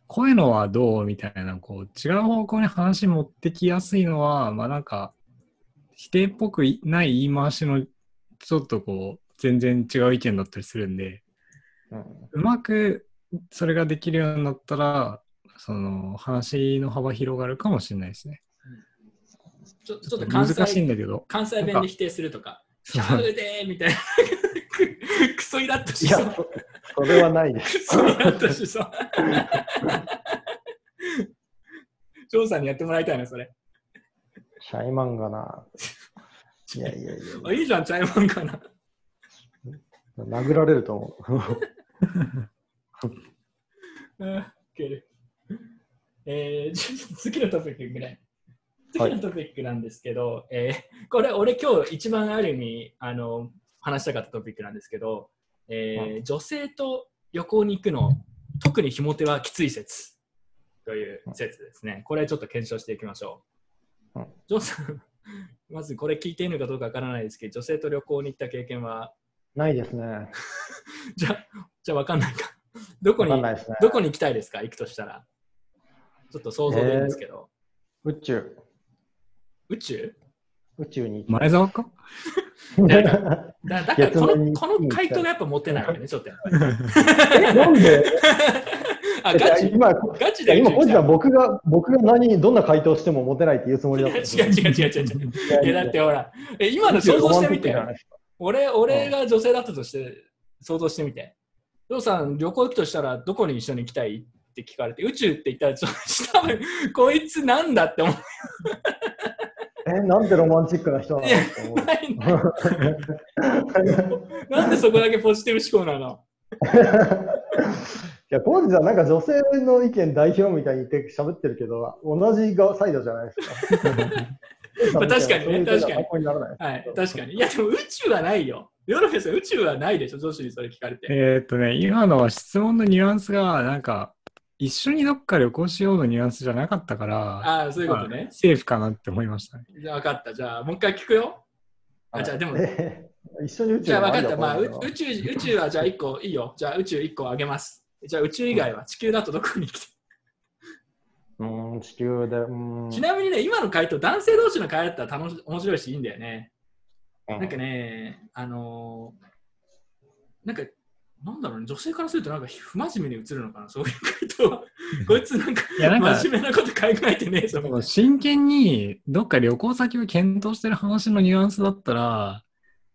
Speaker 3: こういうのはどうみたいな、こう、違う方向に話持ってきやすいのは、まあなんか、否定っぽくいない言い回しの、ちょっとこう、全然違う意見だったりするんで、
Speaker 2: うん
Speaker 3: うまくそれができるようになったら、その、話の幅広がるかもしれないですね。
Speaker 1: ちょちょっと関
Speaker 3: 難しいん
Speaker 1: 西
Speaker 3: だけど。
Speaker 1: 関西弁で否定するとか、ち
Speaker 3: そう
Speaker 1: ゃうでーみたいな、くクソイラッと
Speaker 2: い
Speaker 1: し
Speaker 2: や
Speaker 1: そう。、
Speaker 2: そそれはないです。
Speaker 1: クソイラッとし
Speaker 3: <laughs>
Speaker 1: そう。ジョーさんにやってもらいたいな、それ。
Speaker 2: シャイマンがな。いやいやいや、
Speaker 1: あいいじゃん、チャイマンかな。
Speaker 2: 殴られると思う。 <laughs>
Speaker 1: うんウケる。えー、じゃあ次のトピックぐらい。
Speaker 2: は
Speaker 1: 次
Speaker 2: い
Speaker 1: のトピックなんですけど、えーこれ、俺今日一番ある意味あの話したかったトピックなんですけど、えー女性と旅行に行くの、特にひも手はきつい説という説ですね。これちょっと検証していきましょう
Speaker 2: うん。
Speaker 1: ジョンさん、まずこれ聞いているのかどうかわからないですけど、女性と旅行に行った経験は、
Speaker 2: ないですね。
Speaker 1: じゃあ、じゃあわかんないか。どこ
Speaker 2: わ
Speaker 1: に、
Speaker 2: かんないですね。
Speaker 1: どこに行きたいですか行くとしたら。ちょっと想像でいいんですけど。
Speaker 2: 宇宙。
Speaker 1: 宇宙
Speaker 2: 宇宙に行
Speaker 3: 前澤か
Speaker 2: きたい。
Speaker 1: だだからこ
Speaker 2: 月面
Speaker 1: の
Speaker 2: に
Speaker 1: この回答がやっぱ持てないわけね、ちょっとやっ
Speaker 2: <laughs>
Speaker 1: ぱり。
Speaker 2: <laughs> えなんで
Speaker 1: あ、ガチ
Speaker 2: 今、
Speaker 1: ガチで宇
Speaker 2: 今、
Speaker 1: 宙
Speaker 2: コ
Speaker 1: に
Speaker 2: ジさん、僕が、僕が何、どんな回答してもモテないって言うつもりだったんです
Speaker 1: 違う
Speaker 2: よ。
Speaker 1: 違う違う違う違う。いやだってほら、え今の想像してみて
Speaker 2: ロマンティックじゃ。ないですか
Speaker 1: 俺俺が女性だったとして想像してみて。りょうさん、旅行行くとしたらどこに一緒に行きたいって聞かれて、宇宙って言ったら、ちょっと多分こいつなんだって思わ
Speaker 2: え、なんてロマンチックな人なんですか思う <laughs>
Speaker 1: ないんだよなんでそこだけポジティブ思考なの
Speaker 2: いや、コージさん、なんか女性の意見代表みたいに言って喋ってるけど、同じがサイドじゃないです
Speaker 1: <laughs>
Speaker 2: か。
Speaker 1: まあ確かにね
Speaker 2: そういう意見が
Speaker 1: 確かに
Speaker 2: 参考にならない。
Speaker 1: はい、確かに。いや、でも宇宙はないよ。ヨロフェさん、宇宙はないでしょ、女子にそれ聞かれて。
Speaker 3: えーっとね、今のは質問のニュアンスが、なんか、一緒にどっか旅行しようのニュアンスじゃなかったから、
Speaker 1: ああ、そういうことね。
Speaker 3: セーフかなって思いましたね。
Speaker 1: じゃあ分かった。じゃあ、もう一回聞くよ。あじゃあでも
Speaker 2: え一緒に宇宙
Speaker 1: じゃあ分かった。
Speaker 2: に
Speaker 1: まあ、
Speaker 2: ある
Speaker 1: 宇
Speaker 2: んだと思う
Speaker 1: 宇宙、宇宙はじゃあ一個いいよ。じゃあ宇宙一個あげます。じゃあ宇宙以外は地球だとどこに行きたい、
Speaker 2: うーん、地球で、うーん。
Speaker 1: ちなみにね、今の回答、男性同士の会話だったら楽し面白いし、いいんだよね。
Speaker 2: うん
Speaker 1: なんかね、あのーなんか、なんだろうね、女性からするとなんか不真面目に映るのかな、そういう回答は。こいつなんか、
Speaker 3: いや、なんか、
Speaker 1: 真面目なこと考えてねえぞ、みたいな
Speaker 3: 真剣にどっか旅行先を検討してる話のニュアンスだったら、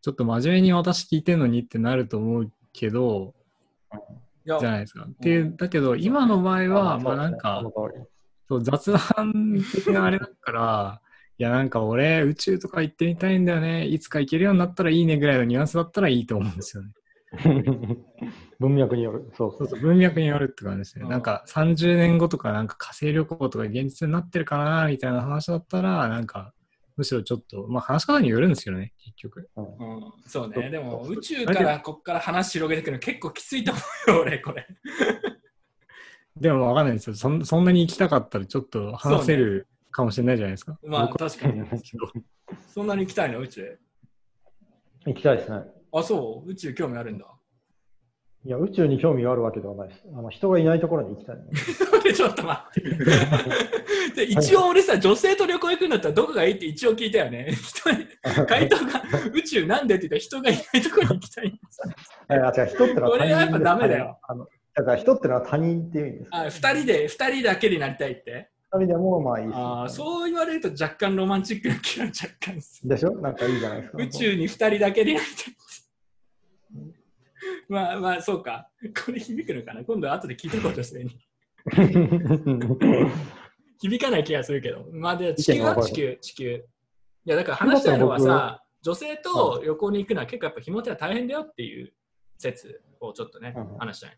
Speaker 3: ちょっと真面目に私聞いてんのにってなると思うけど、
Speaker 1: いや
Speaker 3: じゃないですか。で、だけど、今の場合は、まあなんか、
Speaker 2: そうですね
Speaker 3: そう雑談的なあれだから、いやなんか俺、宇宙とか行ってみたいんだよね、いつか行けるようになったらいいねぐらいのニュアンスだったらいいと思うんですよね。
Speaker 2: その通り <laughs> 文脈による。そうそ
Speaker 3: そうう。そう文脈によるって感じですね。
Speaker 1: うん
Speaker 3: なんか30年後とか、なんか火星旅行とか現実になってるかなみたいな話だったら、なんかむしろちょっと、まあ話し方によるんですけどね、結局。
Speaker 1: うんそう
Speaker 2: そう
Speaker 1: ね、でも
Speaker 2: そう
Speaker 1: 宇宙からこっから話広げてくるの結構きついと思うよ、俺、これ。
Speaker 3: でもわかんないですよそん。そんなに行きたかったらちょっと話せるかもしれないじゃないです <laughs> か。
Speaker 1: まあ、
Speaker 3: 僕は
Speaker 1: 確かに。そんなに行きたいの、宇宙。
Speaker 2: 行きたいですね。
Speaker 1: あ、そう、宇宙興味あるんだ。
Speaker 2: いや、宇宙に興味があるわけではないです。あの人がいないところに行きたい、ね。
Speaker 1: でちょっと待って。で一応俺さ、女性と旅行行くんだったらどこがいいって一応聞いたよね。 <laughs> 人に回答が宇宙なんでって言ったら人がいないところに行きたい。
Speaker 2: いや、違う、人ってのは他人
Speaker 1: 俺はやっぱダメだよ。
Speaker 2: あのだから人ってのは他人っていう意味です。
Speaker 1: あ二人で、二人だけになりたいって。
Speaker 2: 二人でもまあいいです、
Speaker 1: あーそう言われると若干ロマンチックな気が若干する。
Speaker 2: でしょなんかいいじゃないですか。
Speaker 1: 宇宙に2人だけでやりたい。まあまあ、そうか。これ響くのかな今度は後で聞いてこうとして、ね、響かない気がするけど。まあで、地球
Speaker 2: 意見が
Speaker 1: は
Speaker 2: 分か
Speaker 1: 地
Speaker 2: る
Speaker 1: 球、地球。いや、だから話したいのはさ、女性と旅行に行くのは結構やっぱひも手は大変だよっていう説をちょっとね
Speaker 2: うん、
Speaker 1: 話したい。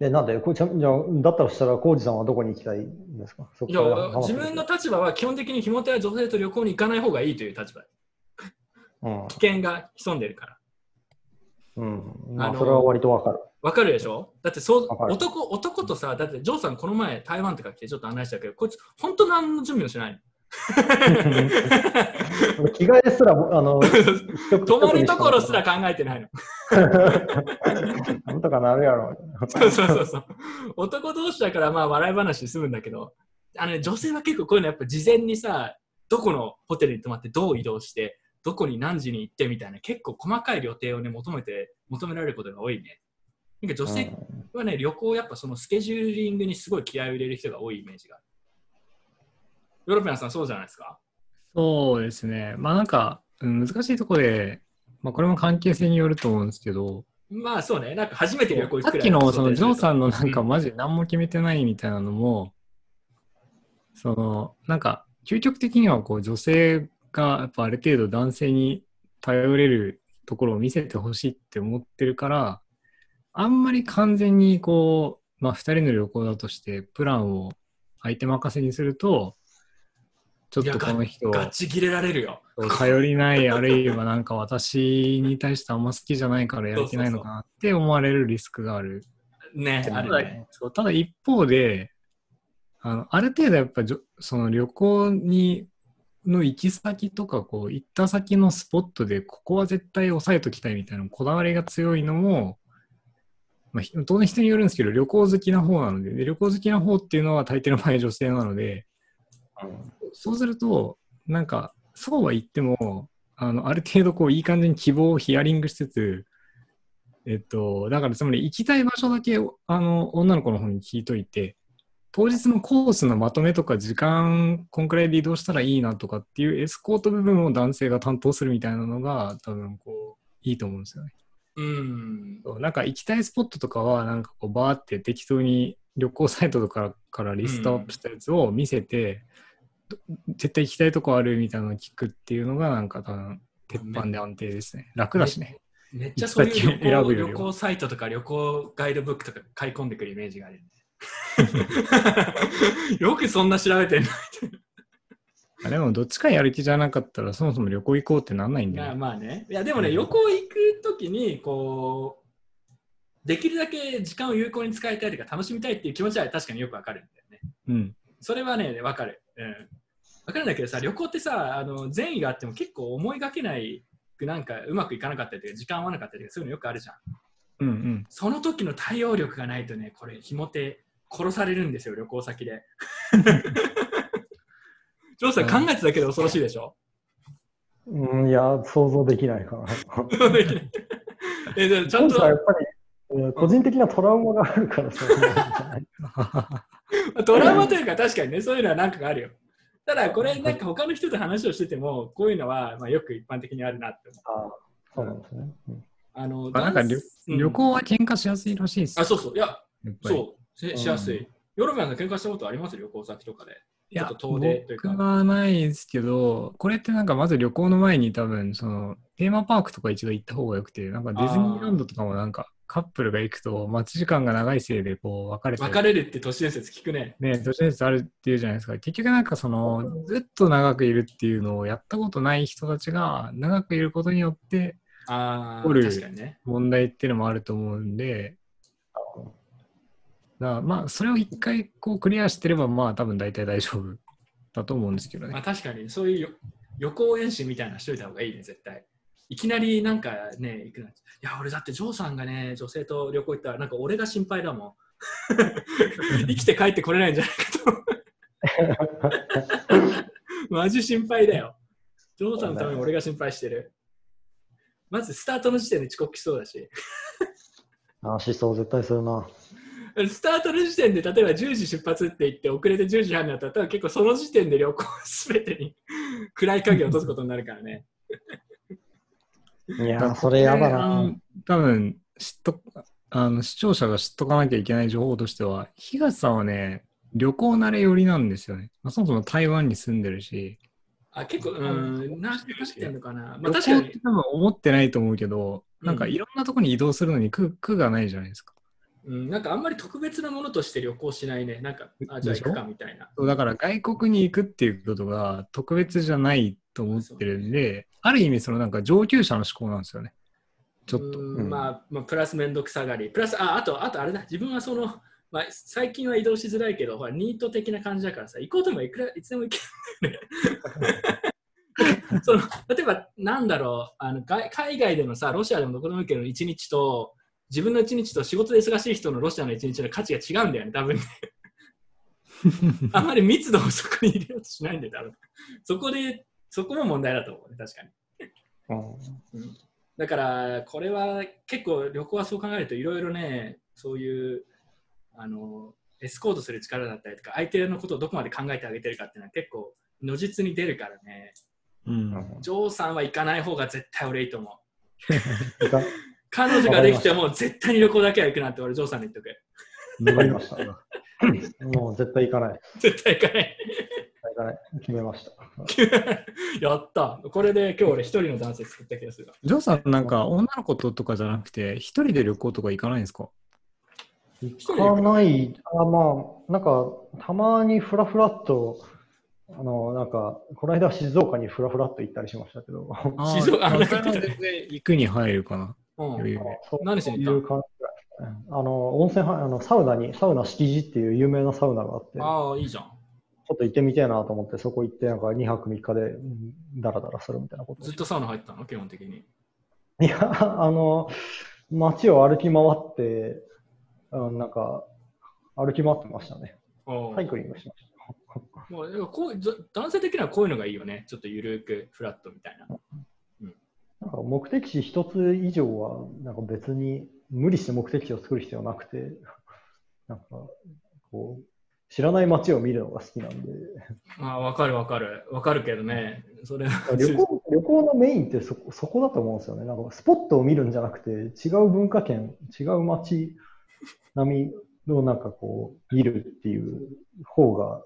Speaker 2: え、なんでこうちゃんじゃあだったらしたら、コウジさんはどこに行きたいんですかそ
Speaker 1: い
Speaker 2: こ
Speaker 1: や
Speaker 2: から話、
Speaker 1: 自分の立場は基本的にひも手は女性と旅行に行かない方がいいという立場。
Speaker 2: うん
Speaker 1: 危険が潜んでるから。
Speaker 2: うん。ま
Speaker 1: あ
Speaker 2: あ、
Speaker 1: の
Speaker 2: それは割とわかる。
Speaker 1: わかるでしょだってそう
Speaker 2: わかる
Speaker 1: 男男とさ、だってジョーさんこの前台湾とか来てちょっと案内したけど、こいつ本当何の準備もしないの。
Speaker 2: 着替えすら、あ
Speaker 1: <laughs>
Speaker 2: の、 <laughs>
Speaker 1: 泊
Speaker 2: 泊
Speaker 1: まるところすら。考えて
Speaker 2: <laughs>
Speaker 1: ないの。
Speaker 2: なんとかなるやろ。
Speaker 1: そうそうそうそう。男同士だからまあ笑い話に済むんだけど、あのね、女性は結構こういうのやっぱ事前にさ、どこのホテルに泊まってどう移動して、どこに何時に行ってみたいな結構細かい予定をね求めて求められることが多いね。なんか女性はね、旅行やっぱそのスケジューリングにすごい気合を入れる人が多いイメージがある。ヨーロピアンさんそうじゃないですか
Speaker 3: そうですね。まあなんか、うん難しいとこで、まあこれも関係性によると思うんですけど、
Speaker 1: まあそうね、なんか初めて旅行行
Speaker 3: さ
Speaker 1: くく
Speaker 3: っ
Speaker 1: らい
Speaker 3: きのそのジョーさんのなんか
Speaker 1: うん
Speaker 3: マジ何も決めてないみたいなのも、そのなんか究極的にはこう女性がやっぱある程度男性に頼れるところを見せてほしいって思ってるから、あんまり完全にこう、まあ2人の旅行だとしてプランを相手任せにすると、ちょっ
Speaker 1: いや
Speaker 3: とこの人を
Speaker 1: ガチ切れられるよ。
Speaker 3: 頼りない、あるいはなんか私に対してあんま好きじゃないからやる気ないのかなって思われるリスクがある。
Speaker 1: ね、あ
Speaker 3: た
Speaker 1: る
Speaker 3: だ
Speaker 1: ね。
Speaker 3: そうただ一方で、あのある程度やっぱじょその旅行にの行き先とかこう行った先のスポットでここは絶対押さえときたいみたいなこだわりが強いのもまあ、ひ当然人によるんですけど、旅行好きな方なので、で旅行好きな方っていうのは大抵の場合女性なので、そうすると、なんか、そうは言っても、あの、ある程度こう、いい感じに希望をヒアリングしつつ、えっと、だからつまり行きたい場所だけ、あの、女の子の方に聞いといて、当日のコースのまとめとか時間、こんくらいで移動したらいいなとかっていうエスコート部分を男性が担当するみたいなのが、多分こう、いいと思うんですよね。
Speaker 1: うん。
Speaker 3: そうなんか行きたいスポットとかはなんかこうバーって適当に旅行サイトとかからリストアップしたやつを見せて、ど絶対行きたいとこあるみたいなのを聞くっていうのがなんか多分鉄板で安定ですね楽だしね
Speaker 1: めっちゃそういう
Speaker 3: 行き先
Speaker 1: 旅行
Speaker 3: 選ぶよりは
Speaker 1: 旅行サイトとか旅行ガイドブックとか買い込んでくるイメージがあるよね。 <laughs> よくそんな調べてんな。
Speaker 3: あでもどっちかやる気じゃなかったらそもそも旅行行こうってなんないんだ
Speaker 1: まあ
Speaker 3: よ、ね、
Speaker 1: まあね。いやでもね、
Speaker 3: うん
Speaker 1: 旅行行くときに、こう、できるだけ時間を有効に使いたいとか楽しみたいっていう気持ちは確かによくわかるんだよね。
Speaker 3: うん
Speaker 1: それはね、わかる。うん。わかるんだけどさ、旅行ってさ、あの善意があっても結構思いがけない、なんかうまくいかなかったりとか、時間合わなかったりとか、そういうのよくあるじゃん。
Speaker 3: う
Speaker 1: <laughs>
Speaker 3: んうん
Speaker 1: その時の対応力がないとね、これ、ひも手、殺されるんですよ、旅行先
Speaker 3: <laughs>
Speaker 1: で。ジョーさん、考えてただけで恐ろしいでし
Speaker 3: <laughs>
Speaker 1: ょ
Speaker 2: うん、いや、想像できないかな。
Speaker 1: えでもちゃ
Speaker 2: 本
Speaker 1: ん
Speaker 2: 社はや
Speaker 1: と
Speaker 2: っぱり、えー個人的なトラウマがあるからさ。
Speaker 1: <laughs> トラウマというか、確かにね、そういうのはなんかがあるよ。ただ、これ、なんか他の人と話をしてても、こういうのは、まあ、よく一般的にあるなって思う。
Speaker 2: あそうなんですね。うん
Speaker 1: あの
Speaker 3: まあなんか旅
Speaker 1: うん
Speaker 3: 旅行は喧嘩しやすいらしいです
Speaker 1: あ、そうそう、いや、
Speaker 3: やっぱり
Speaker 1: そう、せしやすい。ヨーロッパなんか喧嘩したことあります旅行先とかで。
Speaker 3: いや
Speaker 1: ちょっと遠出というか
Speaker 3: 僕はないですけど、これってなんかまず旅行の前に多分、その、テーマパークとか一度行った方がよくて、なんかディズニーランドとかもなんかカップルが行くと待ち時間が長いせいでこう別れて、
Speaker 1: 別れるって都市伝説聞くね。
Speaker 3: ね、都市伝説あるっていうじゃないですか。結局なんかその、ずっと長くいるっていうのをやったことない人たちが長くいることによって
Speaker 1: ああ、
Speaker 3: おる
Speaker 1: 確かにね。
Speaker 3: 問題っていうのもあると思うんで、だからまあそれを一回こうクリアしてればまあ多分大体大丈夫だと思うんですけど
Speaker 1: まあ、
Speaker 3: ね。
Speaker 1: 確かにそういうよ予行演習みたいなのしといた方がいいね絶対いきなりなんかね行くなんていや俺だってジョーさんがね女性と旅行行ったらなんか俺が心配だ
Speaker 3: <laughs>
Speaker 1: もん生きて帰ってこれないんじゃないかとマジ心配だよジョーさんのために俺が心配してるまずスタートの時点で遅刻しそうだし
Speaker 2: あー、思想絶対するな。
Speaker 1: スタートの時点で例えば10時出発って言って遅れて10時半になったら多分結構その時点で旅行すべてに <laughs> 暗い影を落とすことになるからね
Speaker 2: いやー、それやだ
Speaker 3: あ
Speaker 2: な
Speaker 3: の。多分知っとあの視聴者が知っとかなきゃいけない情報としては東さんはね旅行慣れ寄りなんですよね、まあ、そもそも台湾に住んでるし、
Speaker 1: あ、結構、うーん、な、かってんのかな。まあ、
Speaker 3: 旅
Speaker 1: 確
Speaker 3: 行
Speaker 1: か
Speaker 3: って
Speaker 1: に。
Speaker 3: 多分思ってないと思うけど、
Speaker 1: うん
Speaker 3: なんかいろんなとこに移動するのに苦苦がないじゃないですか
Speaker 1: うん、なんかあんまり特別なものとして旅行しないね。なんか、あ、じゃあ
Speaker 3: でし
Speaker 1: 行
Speaker 3: ょ
Speaker 1: くかみたいな。
Speaker 3: そうだから外国に行くっていうことが特別じゃないと思ってるんである意味そのなんか上級者の思考なんですよねちょっと、
Speaker 1: うーん
Speaker 2: うん
Speaker 1: まあ、まあ、プラス面倒くさがり。プラス、あ、あと、あとあれだ。自分はその、まあ、最近は移動しづらいけど、ほら、ニート的な感じだからさ、行こうともいくら、いつでも行けるんだ
Speaker 3: <laughs>
Speaker 1: よね。その、例えば、なんだろう、あの、外海外でのさ、ロシアでもどこでもいいけど、一日と、自分の一日と仕事で忙しい人のロシアの一日の価値が違うんだよね、多
Speaker 3: <laughs>
Speaker 1: 分ねあんまり密度をそこに入れようとしないんで、多分そこで、そこも問題だと思うね、確かに。
Speaker 2: うん
Speaker 1: だから、これは結構旅行はそう考えると、いろいろね、そういう、あの、エスコートする力だったりとか、相手のことをどこまで考えてあげてるかっていうのは結構、如実に出るからね、
Speaker 3: うん、
Speaker 1: ジョーさんは行かない方が絶対俺いいと思う。
Speaker 2: いか
Speaker 1: 彼女ができても絶対に旅行だけは行くなって俺、ジョーさんに言っとく。
Speaker 2: わかりました。もう絶対行かない。
Speaker 1: 絶対行かない。
Speaker 2: 行かない。決めました。
Speaker 1: やった。これで今日俺一人の男性作った気がするわ。
Speaker 3: ジョーさんなんか女の子ととかじゃなくて一人で旅行とか行かないんですか
Speaker 2: 行かない。あまあ、なんか、たまにふらふらっと、あの、なんか、この間は静岡にふらふらっと行ったりしましたけど、あ
Speaker 3: あー
Speaker 1: 静岡
Speaker 3: まあそれは全然行くに入るかな。
Speaker 1: うん
Speaker 3: 余裕で
Speaker 2: そう
Speaker 1: 何し
Speaker 2: そう
Speaker 1: に
Speaker 2: い
Speaker 1: 行っ
Speaker 2: う感じぐらいですかね。あの、温泉は、あの、サウナに、サウナ敷地っていう有名なサウナがあって、ちょ
Speaker 1: ああ、いいじゃん。
Speaker 2: っと行ってみたいなと思って、そこ行って、なんか2泊3日で、うんダラダラするみたいなことを
Speaker 1: ずっとサウナ入ってたの基本的に。
Speaker 2: <laughs> いや、あの、街を歩き回って、うん、なんか、歩き回ってましたね。
Speaker 1: は
Speaker 2: サイクリングしまし
Speaker 1: もうでもこうざ男性的にはこういうのがいいよね。ちょっとゆるくフラットみたいな。
Speaker 2: た。なんか目的地一つ以上は、なんか別に無理して目的地を作る必要なくて、なんか、こう、知らない街を見るのが好きなんで、
Speaker 1: あーわかるわかる。わかるけどね。それは
Speaker 2: <laughs> 旅行旅行のメインってそこそこだと思うんですよね。なんかスポットを見るんじゃなくて、違う文化圏、違う街並みのなんかこう、見るっていう方が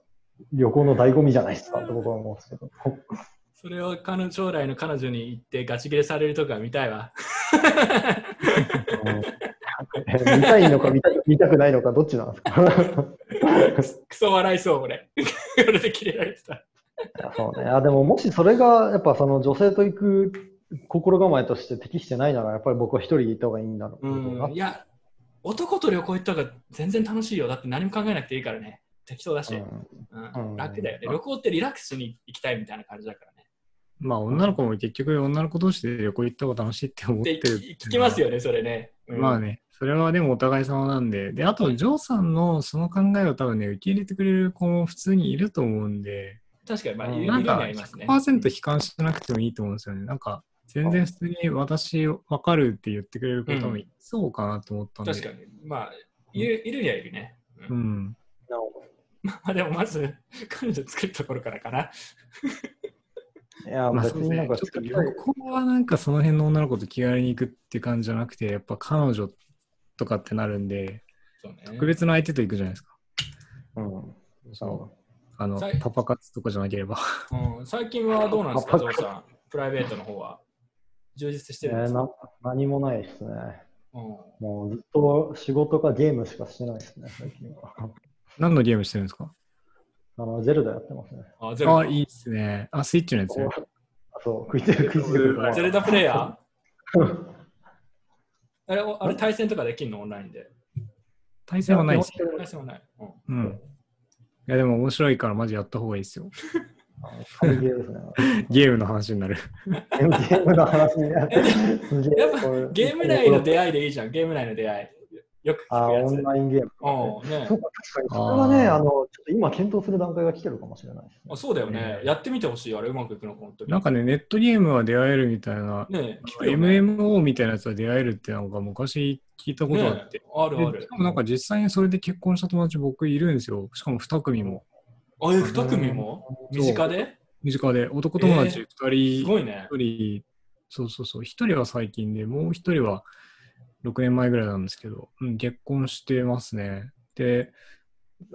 Speaker 2: 旅行の醍醐味じゃないですかって僕は思うんですけど。 <laughs>
Speaker 1: それを彼女将来の彼女に言ってガチ切れされるとか見たいわ。
Speaker 2: 見たいのか見た見たくないのかどっちなんですか <laughs>
Speaker 1: クソ笑いそう、俺。俺で切れられてた。
Speaker 2: そうね。あでももしそれがやっぱその女性と行く心構えとして適してないならやっぱり僕は一人で行った方がいいんだろう
Speaker 1: う
Speaker 2: な。
Speaker 1: ん。いや、男と旅行行った方が全然楽しいよ。だって何も考えなくていいからね。適当だし。う、
Speaker 2: うんん
Speaker 1: 楽だよね。旅行ってリラックスに行きたいみたいな感じだからね。
Speaker 3: まあ女の子も結局女の子同士で旅行行った方が楽しいって思って
Speaker 1: で、
Speaker 3: る
Speaker 1: 聞聞きますよね、それね。うん
Speaker 3: まあね、それはでもお互い様なんで、で、あと、ジョーさんのその考えを多分ね、受け入れてくれる子も普通にいると思うんで、
Speaker 1: 確かに、まあ、
Speaker 2: うん
Speaker 1: いろ
Speaker 3: ないん
Speaker 1: ろ
Speaker 3: か
Speaker 1: ありますね。
Speaker 3: 100%悲観しなくてもいいと思うんですよね。なんか、全然普通に私わかるって言ってくれる子多分いそうかなと思ったんで。
Speaker 1: 確かに。まあ、いるいるにはいるね。 <laughs> う
Speaker 3: うんん。
Speaker 1: まあでもまず、彼女作るところからかな。
Speaker 2: いや、
Speaker 3: まあ、
Speaker 2: 別
Speaker 3: そう
Speaker 2: に
Speaker 3: ね
Speaker 2: なんか
Speaker 3: ちょっと
Speaker 2: 作り
Speaker 3: 旅
Speaker 2: たい
Speaker 3: 行はなんかその辺の女の子と気軽に行くって感じじゃなくて、やっぱ彼女とかってなるんで、
Speaker 1: そうね。
Speaker 3: 特別な相手と行くじゃないですか。
Speaker 2: うん。そ
Speaker 3: あの
Speaker 1: さい、
Speaker 3: パパ活とかじゃなければ。 <laughs>
Speaker 1: うん、最近はどうなんですか、
Speaker 2: あ
Speaker 1: ゾウさん。プライベートの方は。充実し
Speaker 2: う。
Speaker 1: てる
Speaker 2: え
Speaker 1: んで
Speaker 2: ー
Speaker 1: すか、
Speaker 2: な何もないですね。
Speaker 1: うん、
Speaker 2: もうずっと仕事かゲームしかしてないですね、最近は。
Speaker 3: 何のゲームしてるんですか
Speaker 2: あの、ゼルダやってますね。
Speaker 1: あ、ゼルダ。
Speaker 3: あ、いいっすね。あ、スイッチのやつね。
Speaker 2: あそう、食いつく、食いつく。 <laughs>
Speaker 1: ゼルダプレイヤーあれ、おあれ対戦とかできるのオンラインで。
Speaker 3: 対戦はないです。
Speaker 1: 対戦はない。うん
Speaker 3: うん。いや、でも面白いからマジやった方がいいですよ。
Speaker 2: 神ゲーですね。
Speaker 3: ゲームの話になる。
Speaker 2: ゲームの話になって。すげ
Speaker 1: や
Speaker 2: え
Speaker 1: っぱ
Speaker 2: これ
Speaker 1: ゲーム内の出会いでいいじゃん、ゲーム内の出会い。よく
Speaker 2: あ
Speaker 1: 聞くや
Speaker 2: オ
Speaker 1: つ。
Speaker 2: ンラインゲーム。
Speaker 1: うん、ね
Speaker 2: そ。うか、確かに。それはね、
Speaker 3: あー
Speaker 2: あの、ちょっと今検討する段階が来てるかもしれないですね
Speaker 1: あそうだよね
Speaker 3: ね。
Speaker 1: やってみてほしい。あれ、うまくいくのか、本当に。
Speaker 3: なんかね、ネットゲームは出会えるみたいな、
Speaker 1: ね、聞くよ、ね。
Speaker 3: MMO みたいなやつは出会えるってなんか昔聞いたことあ
Speaker 1: ね
Speaker 3: って。、
Speaker 1: あるあ
Speaker 3: でし
Speaker 1: る
Speaker 3: か。もなんか実際にそれで結婚した友達僕いるんですよ。しかも2組も。
Speaker 1: あ、え、二組も
Speaker 3: そう
Speaker 1: 身近で
Speaker 3: 身近で男友達
Speaker 1: す
Speaker 3: 2人、
Speaker 1: ごいね。
Speaker 3: 一人、そうそうそう、1人は最近で、もう1人は6年前ぐらいなんですけど、うん、結婚してますね。で、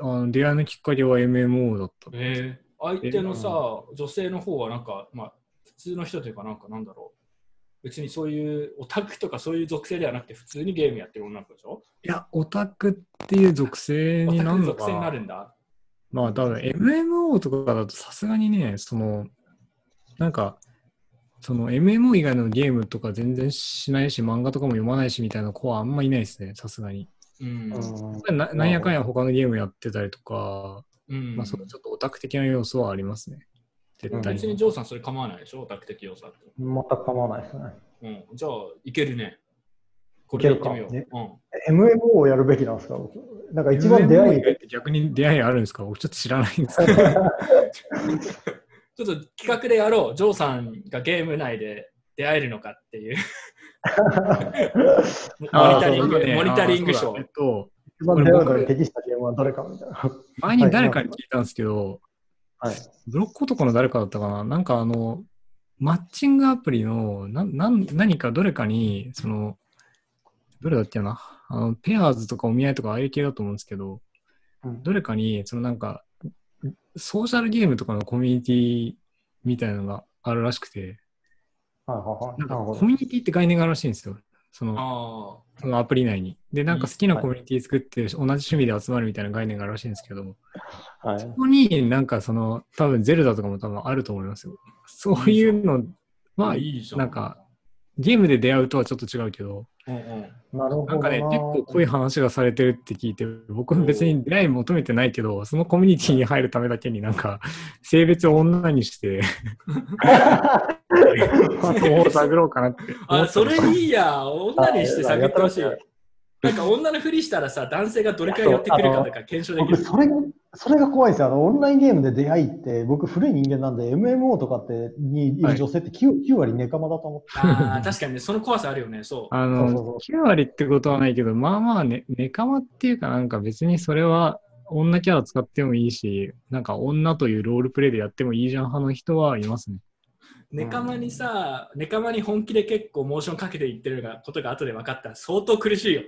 Speaker 3: あの出会いのきっかけは MMO だった。
Speaker 1: えー、相手のさ、女性の方はなんか、まあ、普通の人というか、なんかなんだろう。別にそういうオタクとかそういう属性ではなくて、普通にゲームやってる女の子でしょ
Speaker 3: いや、オタクっていう属性
Speaker 1: オ
Speaker 3: に
Speaker 1: タ
Speaker 3: な
Speaker 1: ク
Speaker 3: る
Speaker 1: の
Speaker 3: の
Speaker 1: 属
Speaker 3: か
Speaker 1: 性にな
Speaker 3: な
Speaker 1: るんだ。
Speaker 3: まあ、多分 MMO とかだとさすがにね、その、なんか、その MMO 以外のゲームとか全然しないし、漫画とかも読まないしみたいな子はあんまいないですね、さすがに。
Speaker 1: うん。
Speaker 2: うん
Speaker 3: ななんやかんや他のゲームやってたりとか、
Speaker 1: うん
Speaker 3: まあ、そのちょっとオタク的な要素はありますね。絶対
Speaker 1: 別
Speaker 3: に。
Speaker 1: にジョーさんそれ構わないでしょオタク的要素あって。
Speaker 2: 全く構わないですね。
Speaker 1: うん。じゃあ、いけるね。これでいってみよ。
Speaker 2: いうける
Speaker 1: うん。
Speaker 2: MMO をやるべきなんですか僕なんか一番出会い
Speaker 3: MMO 以外って逆に出会いあるんですか僕ちょっと知らないんですけど。
Speaker 1: ちょっと企画でやろう。ジョーさんがゲーム内で出会えるのかっていう。 <laughs> モニ
Speaker 2: あー
Speaker 1: タリン
Speaker 3: そう
Speaker 1: グ、
Speaker 3: だね
Speaker 1: モニタリングショ
Speaker 3: あーそうだえ
Speaker 1: ー
Speaker 3: っ。と、
Speaker 2: 一番出会うのに適したゲームはどれかみたいな。
Speaker 3: 前に誰かに聞いたんですけど、
Speaker 2: はい。
Speaker 3: ブロック男の誰かだったかななんかあの、マッチングアプリの、な、なん、何かどれかに、その、どれだっけなあの、ペアーズとかお見合いとかああいう系だと思うんですけど、
Speaker 2: うん
Speaker 3: どれかに、そのなんか、ソーシャルゲームとかのコミュニティみたいなのがあるらしくて、
Speaker 2: はいはい
Speaker 3: なんか
Speaker 2: はい。
Speaker 3: コミュニティって概念があるらしいんですよ。その、
Speaker 1: あ
Speaker 3: そのアプリ内に。で、なんか好きなコミュニティ作って、同じ趣味で集まるみたいな概念があるらしいんですけど、
Speaker 2: はい
Speaker 3: ここになんかその、多分ゼルダとかも多分あると思いますよ。そういうの
Speaker 1: あ。
Speaker 3: は、
Speaker 1: いいじゃん。
Speaker 3: なんか、ゲームで出会うとはちょっと違うけど、
Speaker 1: うんうん。
Speaker 2: なるほど。
Speaker 3: なんかね、結構濃い話がされてるって聞いて、僕は別に出会い求めてないけど、そのコミュニティに入るためだけになんか、性別を女にして、 <laughs> パソコンを探ろうかなって。
Speaker 1: あ、それいいや。女にして探ってほしい。
Speaker 2: はい
Speaker 1: なんか女のふりしたらさ、男性がどれくらい寄ってくるかとか検証でき
Speaker 2: 僕、
Speaker 1: る。
Speaker 2: それが、それが怖いですよ。あの、オンラインゲームで出会いって、僕、古い人間なんで、MMO とかって、にいる女性って 9, 9割ネカマだと思って。
Speaker 1: ああ、確かにね、その怖さあるよね、そう。
Speaker 3: あ
Speaker 2: そうそう
Speaker 3: の、9割ってことはないけど、まあまあね、ネカマっていうかなんか別にそれは女キャラ使ってもいいし、なんか女というロールプレイでやってもいいじゃん派の人はいますね。
Speaker 1: ネカマにさ、ネカマに本気で結構モーションかけていってるがことが後で分かったら相当苦しいよ。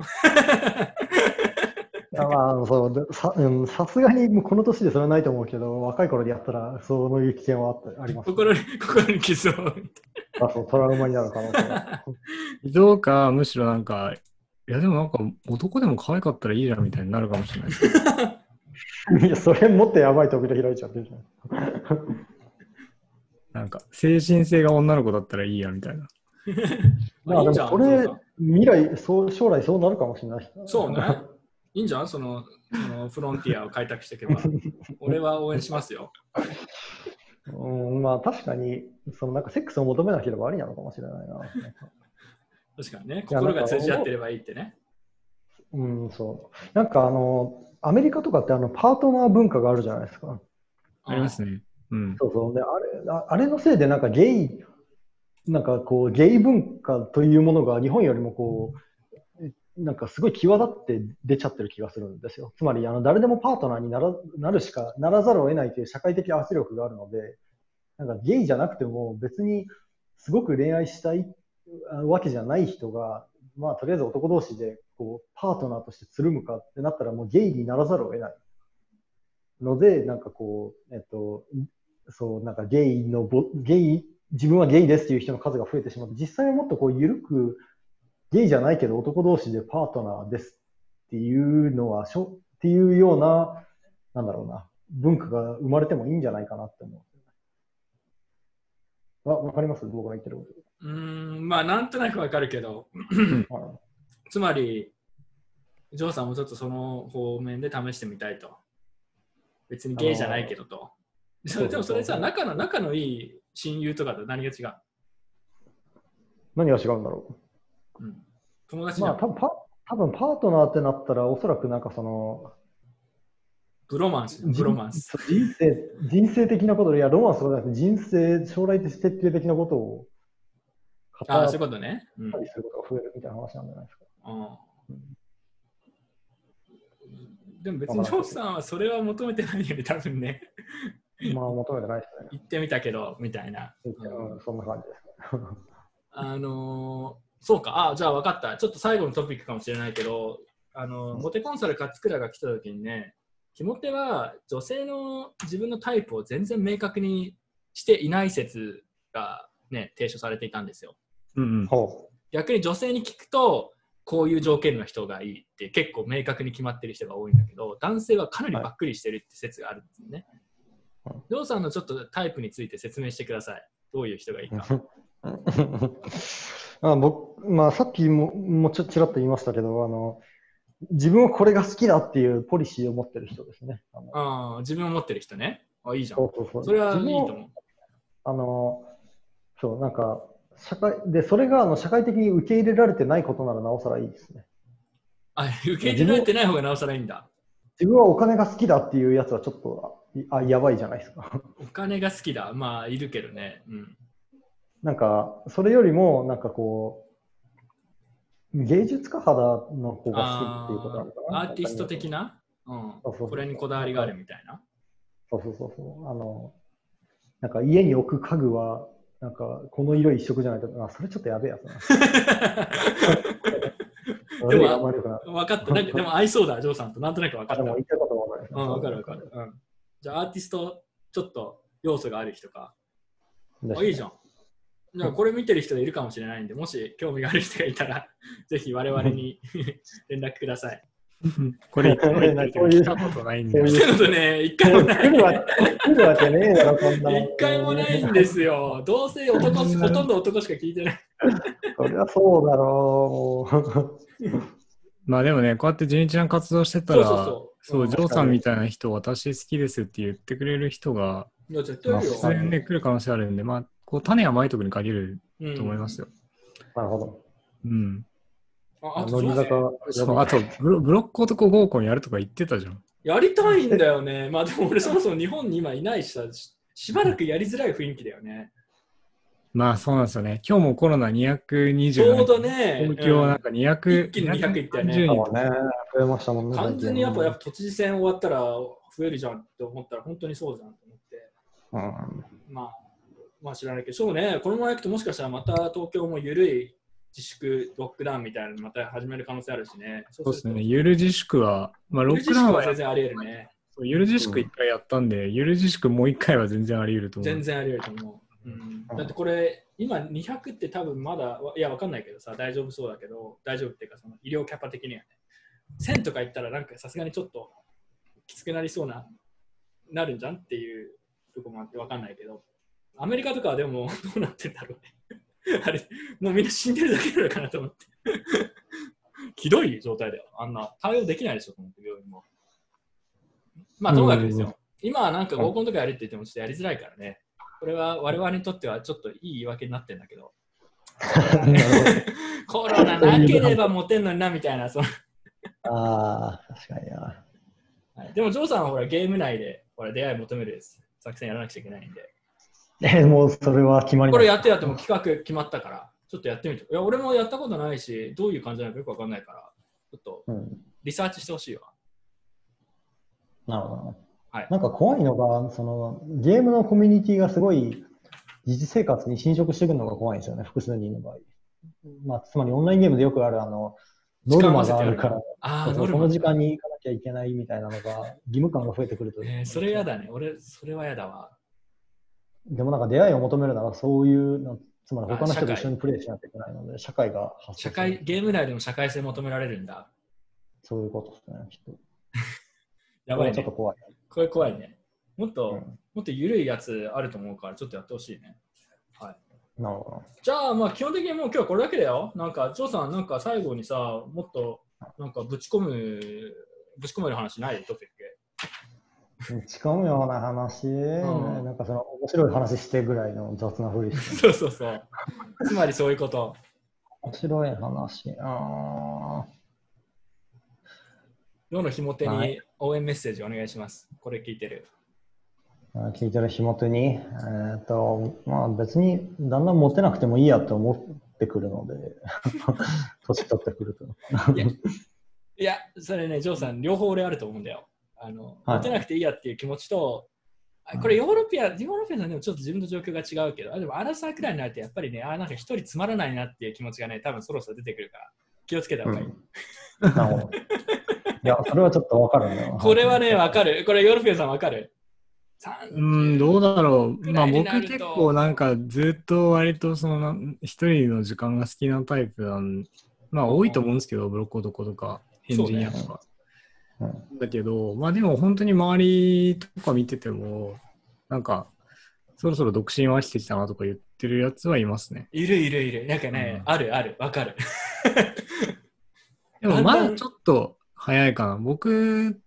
Speaker 2: あまああの、そう、でさ、うん、さすがに、もうこの年でそれはないと思うけど、若い頃でやったら、そういう危険はあったあります。
Speaker 1: 心に、 <laughs> 心に傷を負う。
Speaker 2: あそう、トラウマになる可能性 <laughs> が。
Speaker 3: どうか、むしろなんか、いやでもなんか男でも可愛かったらいいじゃんみたいになるかもしれない <laughs> です。
Speaker 2: いや、それもっとやばい扉開いちゃってるじゃん。
Speaker 3: なんか、精神性が女の子だったらいいやみたいな。
Speaker 2: まあ
Speaker 1: いい
Speaker 2: で
Speaker 1: じゃ
Speaker 2: も
Speaker 1: ん
Speaker 2: これ、未来、そう将来そうなるかもしれない。
Speaker 1: そうね。いいんじゃんその、そのフロンティアを開拓していけば。俺は応援しますよ。
Speaker 2: うん、まあ確かに、そのなんかセックスを求めなければありなのかもしれないな。
Speaker 1: 確かにね、心が通じ合ってればいいってね。
Speaker 2: うん、そう。なんかあの、アメリカとかってあのパートナー文化があるじゃないですか。
Speaker 3: ありますね。うん。
Speaker 2: そうそう。で、あれ、ああれのせいでなんかゲイ、なんかこう、ゲイ文化というものが日本よりもこう、なんかすごい際立って出ちゃってる気がするんですよ。つまり、あの、誰でもパートナーにならなるしか、ならざるを得ないという社会的圧力があるので、なんかゲイじゃなくても別にすごく恋愛したいあわけじゃない人が、まあとりあえず男同士でこうパートナーとしてつるむかってなったらもうゲイにならざるを得ないので、なんかこう、えっと、そう、なんかゲイのぼ、ゲイ、自分はゲイですっていう人の数が増えてしまって、実際はもっとこう緩く、ゲイじゃないけど男同士でパートナーですっていうのは、しょっていうような、なんだろうな、文化が生まれてもいいんじゃないかなって思う。わ、わかります僕が言ってるこ
Speaker 1: うーん、まあなんとなくわかるけど、
Speaker 2: と。はい
Speaker 1: つまり、ジョーさんもちょっとその方面で試してみたいと。別にゲイじゃないけどと。それでもそれさ、仲の仲のいい親友とかと何が違う、
Speaker 2: 何が違うんだろう
Speaker 1: うん、友達じゃ
Speaker 2: ま
Speaker 1: ん、
Speaker 2: あ、たぶんパ多分パートナーってなったら、おそらくなんかその、
Speaker 1: ブロマンス、
Speaker 2: 人
Speaker 1: ブロマン <laughs> ス。
Speaker 2: 人生、人生的なこと、いや、ロマンスとかじゃなくて、人生、将来設定的なことを語
Speaker 1: ああ、
Speaker 2: っ
Speaker 1: そういうことね。うん
Speaker 2: たりすることが増えるみたいな話なんじゃないですか。
Speaker 1: うん、でも別にジョーさんはそれは求めてないよね、多分ね。
Speaker 2: まあ、求めてないですね。
Speaker 1: 行ってみたけど、みたいな。
Speaker 2: うん、そんな感じです。
Speaker 1: あのーそうか、あじゃあ分かった。ちょっと最後のトピックかもしれないけど、あのーモテコンサル勝倉が来た時にね、キモテは女性の自分のタイプを全然明確にしていない説が、ね、提唱されていたんですよ。
Speaker 3: うん
Speaker 2: ほ
Speaker 1: 逆に女性に聞くと、こういう条件の人がいいって結構明確に決まってる人が多いんだけど、男性はかなりばっくりしてるって説があるんですよね
Speaker 2: はい。
Speaker 1: ジョーさんのちょっとタイプについて説明してください。どういう人がいい
Speaker 2: <laughs>
Speaker 1: か。
Speaker 2: う。あ僕、 <laughs> まあ、さっきも、もうちょっとちらっと言いましたけど、あの、自分はこれが好きだっていうポリシーを持ってる人ですね。あの
Speaker 1: あー自分を持ってる人ね。あ、いいじゃん
Speaker 2: そ。うそうそう。
Speaker 1: それはいい
Speaker 2: 自
Speaker 1: と
Speaker 2: 分を
Speaker 1: 思う。
Speaker 2: あの、そう、なんか、社会、で、それが、あの、社会的に受け入れられてないことならなおさらいいですね。
Speaker 1: あ、受け入れられてない方がなおさらいいんだ。
Speaker 2: 自分はお金が好きだっていうやつはちょっと、あ、あやばいじゃないですか。 <laughs>
Speaker 1: お金が好きだ。まあ、いるけどね。うん。
Speaker 2: なんか、それよりも、なんかこう、芸術家肌の方が好きっていうことなのかな。
Speaker 1: アーティスト的
Speaker 2: な。
Speaker 1: な、うん、
Speaker 2: そうそうそう
Speaker 1: これにこだわりがあるみたいな。 <laughs>
Speaker 2: そうそうそうそう。あの、なんか家に置く家具は、なんか、この色一色じゃないと、あ、それちょっとやべえやつな。
Speaker 1: でも
Speaker 2: あんまり良くない。
Speaker 1: 分かった。なんかでも合いそうだ、ジョーさんと。なんとなく分か
Speaker 2: あ、
Speaker 1: った。
Speaker 2: でも
Speaker 1: う
Speaker 2: 言
Speaker 1: ん、
Speaker 2: いたいことは分かる。
Speaker 1: 分かる分かる。うん、じゃあ、アーティスト、ちょっと要素がある人か。
Speaker 2: る
Speaker 1: あいいじ
Speaker 2: ゃん。
Speaker 1: ゃん。じゃあ、これ見てる人いるかもしれないんで、もし興味がある人がいたら、ぜひ我々に <laughs> 連絡ください。
Speaker 3: <laughs> うん。これ、これ聞いたことないんだよ
Speaker 2: そういう
Speaker 1: ということね、一回
Speaker 2: 来
Speaker 1: もない。
Speaker 2: るわ来るわけねえだろ、こんなの
Speaker 1: 一回もないんですよ。どうせ男し、ほとんど男しか聞いてない。
Speaker 2: そりゃそうだろう、も
Speaker 3: まあでもね、こうやって純一な活動してた
Speaker 1: そう
Speaker 3: ら、
Speaker 1: そう
Speaker 3: そ、
Speaker 1: そうう。
Speaker 3: ジ
Speaker 1: そ
Speaker 3: ョーさんみたいな人、私好きですって言ってくれる人が、
Speaker 1: うんいや、絶対
Speaker 3: まあ、
Speaker 1: いる
Speaker 3: 自
Speaker 1: よ。
Speaker 3: 然で来る可能性あるんで、まあ、こう、種はまいとくに限る
Speaker 1: うん
Speaker 3: と思いますよ。
Speaker 2: う。なるほど。
Speaker 3: うん。
Speaker 1: あああと
Speaker 2: 乃木坂
Speaker 1: そうね
Speaker 3: そう、あとブロ、ブロック男合コンやるとか言ってたじゃん。
Speaker 1: やりたいんだよね。 <laughs> まあでも俺そもそも日本に今いないしさ、ししばらくやりづらい雰囲気だよね。
Speaker 3: まあそうなんですよね。今日もコロナ220
Speaker 1: ちょうどね、
Speaker 3: 東京なん
Speaker 1: うん
Speaker 3: か200、
Speaker 1: 一気に200いったよね
Speaker 3: 230
Speaker 2: 今
Speaker 3: 人
Speaker 2: はね、増えましたもんね。
Speaker 1: 完全にやっぱやっ
Speaker 2: 最
Speaker 1: ぱ都知事選終わったら増えるじゃんって思ったら本当にそうじゃんと思って。
Speaker 2: 近うん
Speaker 1: まあ、まあ知らないけど、そうね、このままいくともしかしたらまた東京も緩い自粛、ロックダウンみたいなのまた始める可能性あるしね。そ
Speaker 3: そうですね。
Speaker 1: る
Speaker 3: ゆる自粛は、まあ
Speaker 1: と。
Speaker 3: ロ
Speaker 1: ロック
Speaker 3: ック
Speaker 1: ダ
Speaker 3: ダ
Speaker 1: ウ
Speaker 3: ウ
Speaker 1: ン
Speaker 3: ン
Speaker 1: は
Speaker 3: は
Speaker 1: 全然あり得るね。
Speaker 3: そうゆる自粛1回やったんで、ゆる自粛もう1回は全然あり得ると思う。
Speaker 1: 全然あり得ると思う。うん
Speaker 2: うん
Speaker 1: だってこれ、今200って多分まだ、わいや、わかんないけどさ、大丈夫そうだけど、大丈夫っていうか、その医療キャパ的にはね。1000とかいったら、なんかさすがにちょっときつくなりそうな、なるんじゃんっていうとこもあって、わかんないけど、アメリカとかはでも、 <laughs> どうなってんだろうね。あ <laughs> れ、もうみんな死んでるだけなのかなと思って。 <laughs> ひどい状態だよ。あんな、対応できないでしょ、と思って、病院も。まあ、ともかくです
Speaker 3: う
Speaker 1: よ。今はなんか合コンとかやるって言っても、ちょっとやりづらいからね。これは我々にとってはちょっといい言い訳になってんだけど、 <laughs> コロナなければモテんのになみたいな、その
Speaker 2: <laughs> ああ、確かにな。
Speaker 1: はいでもジョーさんはほらゲーム内でほら出会い求めるです作戦やらなくちゃいけないんで、
Speaker 2: え、もうそれは決まり
Speaker 1: こ
Speaker 2: ま
Speaker 1: れ
Speaker 2: し
Speaker 1: やってやっても企画決まったから、ちょっとやってみて。いや、俺もやったことないし、どういう感じなのかよくわかんないから、ちょっと
Speaker 2: た。うん
Speaker 1: リサーチしてほしいわ。
Speaker 2: なるほど。
Speaker 1: はい
Speaker 2: なんか怖いのが、そのゲームのコミュニティがすごい、疑似生活に侵食してくるのが怖いんですよね、複数人の場合。まあ、つまりオンラインゲームでよくある、あの、ノルマがあるから、
Speaker 1: あ
Speaker 2: そ
Speaker 1: あ、
Speaker 2: うそ
Speaker 1: ノ
Speaker 2: う
Speaker 1: ル
Speaker 2: こ
Speaker 1: マ
Speaker 2: の時間に行かなきゃいけないみたいなのが、義務感が増えてくると。
Speaker 1: えーそれやだね。俺、それはやだわ。
Speaker 2: でもなんか出会いを求めるなら、そういうの、つまり他の人と
Speaker 1: あ
Speaker 2: 一緒にプレイしなきゃいけないので、社会が発生
Speaker 1: 社
Speaker 2: する
Speaker 1: 会、ゲーム内でも社会性求められるんだ。
Speaker 2: そういうことですね、きっと。
Speaker 1: やばい
Speaker 2: これはちょっ
Speaker 1: ね
Speaker 2: と。怖い。
Speaker 1: これ怖いね。もっと、
Speaker 2: うん
Speaker 1: もっと緩いやつあると思うから、ちょっとやってほしいね。
Speaker 2: なるほ
Speaker 1: じゃあ、まあ、基本的にもう今日はこれだけだよ。なんか、ジョーさん、なんか最後にさ、もっと、なんかぶち込む、ぶち込める話ないトピック。
Speaker 2: ど。打ち込むような話、
Speaker 1: ん
Speaker 2: なんかその面白い話してぐらいの雑なふりして。
Speaker 1: そうそうそう。 <laughs> つまりそういうこと。
Speaker 2: 面白い話。あ
Speaker 1: 世のひも手
Speaker 2: は
Speaker 1: に応援メッセージお願いします。これ聞いてる。
Speaker 2: ー聞いてる日元に、えーっと、まあ別にだんだんモテなくてもいいやと思ってくるので、 <laughs> 年取ってくると。
Speaker 1: いや、それね、ジョーさん、両方俺あると思うんだよ。あの、
Speaker 2: はい
Speaker 1: モテなくていいやっていう気持ちと、あ
Speaker 2: うん
Speaker 1: これヨーロピア、ヨーロピアさんでもちょっと自分の状況が違うけど、あでもアラサーくらいになるとやっぱりね、あなんか一人つまらないなっていう気持ちがね、多分そろそろ出てくるから、気をつけた方がいい。
Speaker 2: なるほど。いや、それはちょっとわかるんだよ。
Speaker 1: これはね、わかる。これヨーロピアさんわかる。30
Speaker 3: うん、どうだろう。まあ
Speaker 1: ぐらいにな
Speaker 3: 僕
Speaker 1: ると
Speaker 3: 結構なんかずっと割とそのなん一人の時間が好きなタイプなんまあ多いと思うんですけど、ブロック男とかエンジニアとか。
Speaker 2: そうね
Speaker 3: だけど、まあでも本当に周りとか見てても、なんかそろそろ独身は飽きてきたなとか言ってるやつはいますね。
Speaker 1: いるいるいる。なんかね、
Speaker 3: う
Speaker 1: あるある、わか
Speaker 3: <laughs>
Speaker 1: る。
Speaker 3: で
Speaker 1: だ
Speaker 3: もま
Speaker 1: んだ
Speaker 3: だ
Speaker 1: ん
Speaker 3: ちょっと早いかな。僕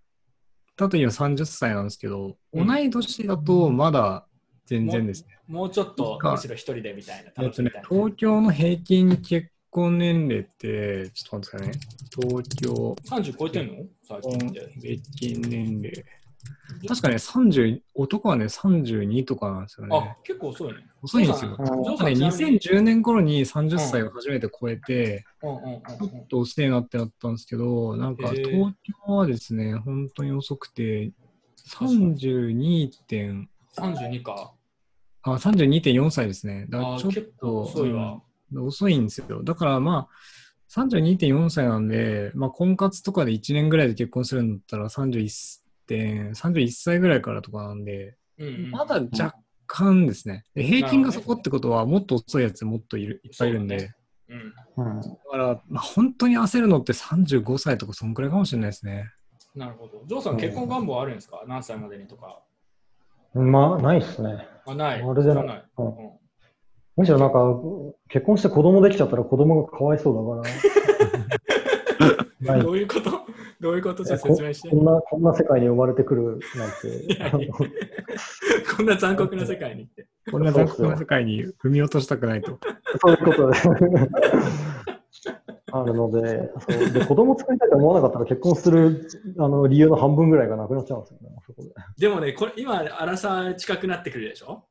Speaker 3: だと今30歳なんですけど、
Speaker 1: うん
Speaker 3: 同い年だとまだ全然ですね。
Speaker 1: もうちょっと、
Speaker 3: なんか
Speaker 1: むしろ一人でみたいな。
Speaker 3: えっ
Speaker 1: 楽し
Speaker 3: と
Speaker 1: み
Speaker 3: ね
Speaker 1: たいな。
Speaker 3: 東京の平均結婚年齢って、ちょっと待ってくださいね。東京
Speaker 1: 30超えてんの最近って。
Speaker 3: 平均年齢。確かね、30、男はね、32とかなんですよ
Speaker 1: あ
Speaker 3: ね。、
Speaker 1: 結構遅いね。
Speaker 3: 遅いんですよ。
Speaker 2: うん
Speaker 1: ジョー
Speaker 3: なん
Speaker 1: さ
Speaker 3: か
Speaker 1: ん
Speaker 3: ね、
Speaker 1: ちなみに
Speaker 3: 2010年頃に30歳を初めて超えて、
Speaker 1: うんうんうんうん
Speaker 3: どうせえなってなったんですけど、なんか
Speaker 1: へえ
Speaker 3: 東京はですね、本当に遅くて、
Speaker 1: かに
Speaker 3: 32点、
Speaker 1: 32か。
Speaker 3: あ、32.4歳ですね。だか
Speaker 1: あ
Speaker 3: ら
Speaker 1: ー
Speaker 3: ちょっ
Speaker 1: 結構
Speaker 3: と
Speaker 1: 遅いわ。
Speaker 3: うん遅いんですよ。だからまあ、32.4歳なんで、まあ、婚活とかで1年ぐらいで結婚するんだったら31点、31歳ぐらいからとかなんで、
Speaker 1: うんうん
Speaker 3: まだ若干ですね。で平均がそこってことは、もっと遅いやつもっといるいっぱいいるんで、
Speaker 1: そ
Speaker 3: だ
Speaker 1: うだうん
Speaker 2: うん
Speaker 3: から、まあ、本当に焦るのって35歳とかそんくらいかもしれないですね。
Speaker 1: なるほど。ジョーさん、結婚願望あるんですか何歳までにとか。
Speaker 2: うんまあ、ないっすね。
Speaker 1: あ、ない。
Speaker 2: 俺じゃない
Speaker 1: ない。
Speaker 2: うん
Speaker 1: うん
Speaker 2: むしろなんか、結婚して子供できちゃったら子供がかわいそ
Speaker 1: <laughs>
Speaker 2: うだか
Speaker 1: ど
Speaker 2: ら。ないう
Speaker 1: いうことどういうことちょっと
Speaker 2: え
Speaker 1: 説明して
Speaker 2: こ。んな、こんな世界に生まれてくるなんて。
Speaker 1: こんな残酷な世界にって。
Speaker 3: こんな残酷な世界に踏み落としたくないと。
Speaker 2: そういうことで。あるので、そうで子供作りたいと思わなかったら結婚するあの理由の半分ぐらいがなくなっちゃうんですよね、そこで。
Speaker 1: でもね、これ今、荒さ近くなってくるでしょ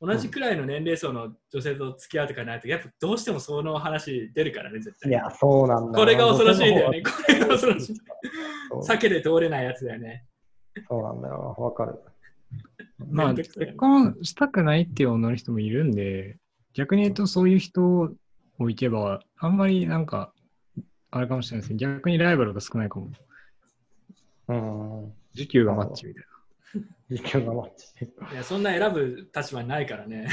Speaker 1: 同じくらいの年齢層の女性と付き合うとかないと、やっぱどうしてもその話出るからね、絶
Speaker 2: い
Speaker 1: 対。
Speaker 2: や、そうなんだ。
Speaker 1: これが恐ろしいんだよね。
Speaker 2: そ
Speaker 1: これが恐ろしい。
Speaker 2: う。
Speaker 1: 避けて通れないやつだよね。
Speaker 2: そうなんだよ、わかる。
Speaker 1: め
Speaker 3: まあ、
Speaker 1: んどくさいよね
Speaker 3: 結婚したくないっていう女の人もいるんで、逆に言うとそういう人を置けば、あんまりなんか、あれかもしれないですね。逆にライバルが少ないかも。
Speaker 2: うん。
Speaker 3: 時給がマッチみたい
Speaker 2: 実況がマッチ。
Speaker 1: いや、そんな選ぶ立場にないから
Speaker 2: <laughs>
Speaker 1: ね。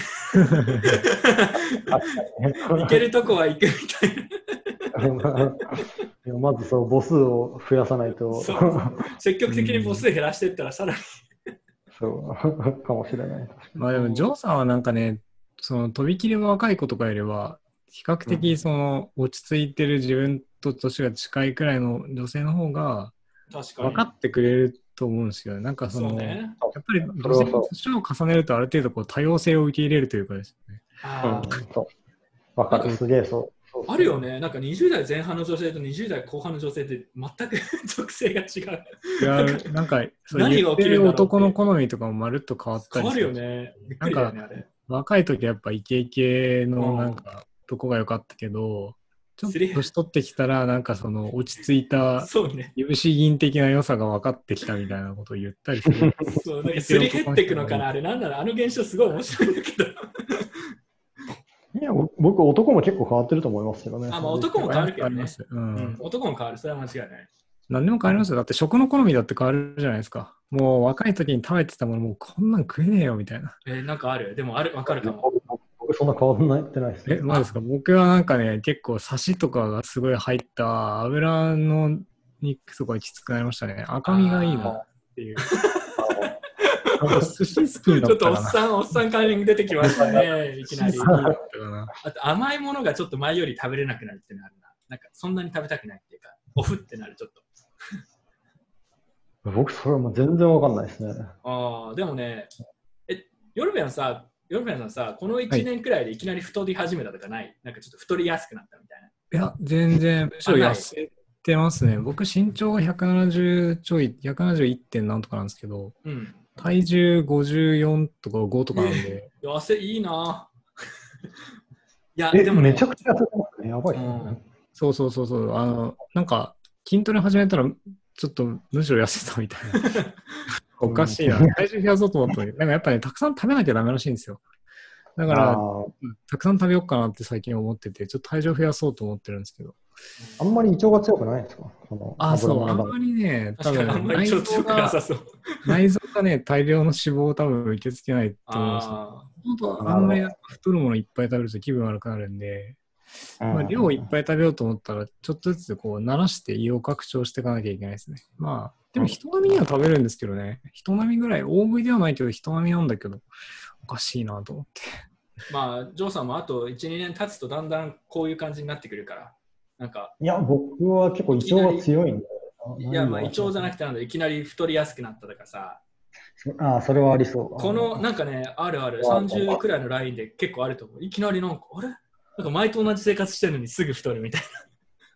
Speaker 2: い
Speaker 1: 行けるとこは
Speaker 3: <laughs>
Speaker 1: 行くみたい
Speaker 2: いやまずそう母数を増やさないと、
Speaker 1: そ
Speaker 2: そうう
Speaker 1: な。積極的に母数減らしていったら、さらに。
Speaker 2: かもしれない。
Speaker 3: な。まあでも、ジョーさんはなんかね、その、とびきりの若い子とかよりは、比較的その、落ち着いてる自分と年が近いくらいの女性の方が、
Speaker 1: 確かに。
Speaker 3: 分かってくれると思うんですよね。なんかそ
Speaker 1: そう
Speaker 3: の、
Speaker 1: ね。
Speaker 3: やっぱり女性の年を重ねるとある程度こう多様性を受け入れるというかですね。
Speaker 1: あー
Speaker 2: うんそう。わかる、すげえそう。そう
Speaker 1: あるよ。ね。なんか20代前半の女性と20代後半の女性って全く <laughs> 属性が違う。
Speaker 3: 違う、なんか、そう
Speaker 1: 何
Speaker 3: 言
Speaker 1: が
Speaker 3: っ
Speaker 1: 起
Speaker 3: て
Speaker 1: きるんだろうって
Speaker 3: る男の好みとかもまるっと変わった
Speaker 1: 変
Speaker 3: り
Speaker 1: わ
Speaker 3: す
Speaker 1: るよ
Speaker 3: る。
Speaker 1: ね。びっくりだよね、あれ。
Speaker 3: 若い時はやっぱイケイケ
Speaker 1: うん
Speaker 3: のなんか、とこが良かったけど、ちょっ
Speaker 1: す
Speaker 3: と
Speaker 1: り減
Speaker 3: 年取ってきたら、なんかその落ち着
Speaker 1: <laughs>
Speaker 3: いた、
Speaker 1: そうね。
Speaker 3: いぶし銀的な良さが分かってきたみたいなことを言ったりする。
Speaker 1: そうなんかすり減っていくのかな、あれ。なんなら、あの現象すごい面白いんだけど。
Speaker 2: いや、ぼ僕、男も結構変わってると思いますけどね。
Speaker 1: あまあ男も変わるけど
Speaker 3: あ
Speaker 1: ね
Speaker 3: ります。うん。
Speaker 1: うん男も変わる。それは間違いない。
Speaker 3: 何でも変わりますよ。だって食の好みだって変わるじゃないですか。もう若い時に食べてたもの、もうこんなん食えねえよみたいな。
Speaker 1: えーなんかある。でも、ある、わかるかも。
Speaker 2: 僕僕僕そんな変わってないです
Speaker 3: え、
Speaker 2: ね。
Speaker 3: まあですか僕はなんかね、結構サシとかがすごい入った油の肉とかきつくなりましたね。赤身がいいなっていう。寿司好きにな
Speaker 1: ちょっと
Speaker 3: った
Speaker 1: お
Speaker 3: か
Speaker 1: っ
Speaker 3: な。
Speaker 1: さん、おっさんカーリング出てきま
Speaker 3: <laughs>
Speaker 1: したね、いき
Speaker 3: 寿
Speaker 1: なり
Speaker 3: 司好。きになったかな。
Speaker 1: あと甘いものがちょっと前より食べれなくなるっていうのあるな。なんかそんなに食べたくないっていうか、オフってなるちょっと。
Speaker 2: 僕、それはもう全然わかんないですね。
Speaker 1: ああ、でもね、え、ヨルベアンさ、ヨルベアンさんさ、この
Speaker 3: は
Speaker 1: 1
Speaker 3: い
Speaker 1: 年くらいでいきなり太り始めたとかない、なんかちょっと太りやすくなったみたいな。
Speaker 3: いや、全然、むしろ痩せてますね。僕身長が170ちょい、171点なんとかなんですけど、
Speaker 1: うん。
Speaker 3: 体重54とか5とかなんで、
Speaker 1: 痩せいいなぁいや、
Speaker 2: え、
Speaker 1: でもね、
Speaker 2: めちゃくちゃ痩せてますね。やばいですね。
Speaker 1: うん
Speaker 3: そうそうそうそう、あの、なんか、筋トレ始めたら、ちょっとむしろ痩せたみたいな。おかしいな。体重増やそうと思ったのに、なんかやっぱね、たくさん食べなきゃダメらしいんですよ。だか
Speaker 2: あ
Speaker 3: ら、
Speaker 2: ー
Speaker 3: たくさん食べようかなって最近思ってて、ちょっと体重増やそうと思ってるんですけど。
Speaker 2: あんまり胃腸が強くないんですかその
Speaker 3: あ、
Speaker 2: 油
Speaker 3: そう、
Speaker 2: の
Speaker 3: あん
Speaker 2: 中で
Speaker 3: まりね、多
Speaker 1: 確か <laughs> にあん
Speaker 3: 分
Speaker 1: まり
Speaker 3: 内
Speaker 1: ちょ
Speaker 3: 臓
Speaker 1: っと良くな <laughs>
Speaker 3: が、
Speaker 1: さそう。
Speaker 3: 内臓がね、大量の脂肪を多分受け付けないと思うんですよ。
Speaker 1: あ
Speaker 3: 本当はあんまりなんか太るものいっぱい食べると気分悪くなるんで、まあ、量をいっぱい食べようと思ったら、ちょっとずつこう、慣らして胃を拡張していかなきゃいけないですね。まあ、でも人並みには食べるんですけどね。人並みぐらい、大食いではないけど、人並みなんだけど、おかしいなと思って。
Speaker 1: ーまあ、ジョーさんもあと1、2年経つとだんだんこういう感じになってくるから、なんか、
Speaker 2: いや、僕は結構胃腸が強いんで。
Speaker 1: いや、まあ、胃腸じゃな
Speaker 2: く
Speaker 1: くてなんだ、いきなり太りやすくなったとかさ、
Speaker 2: て。ああ、それはありそう。
Speaker 1: この、なんかね、あるある、
Speaker 2: あ
Speaker 1: 30くらいのラインで結構あると思う。いきなりなんか、あれなんか前と同じ生活してるのにすぐ太るみたい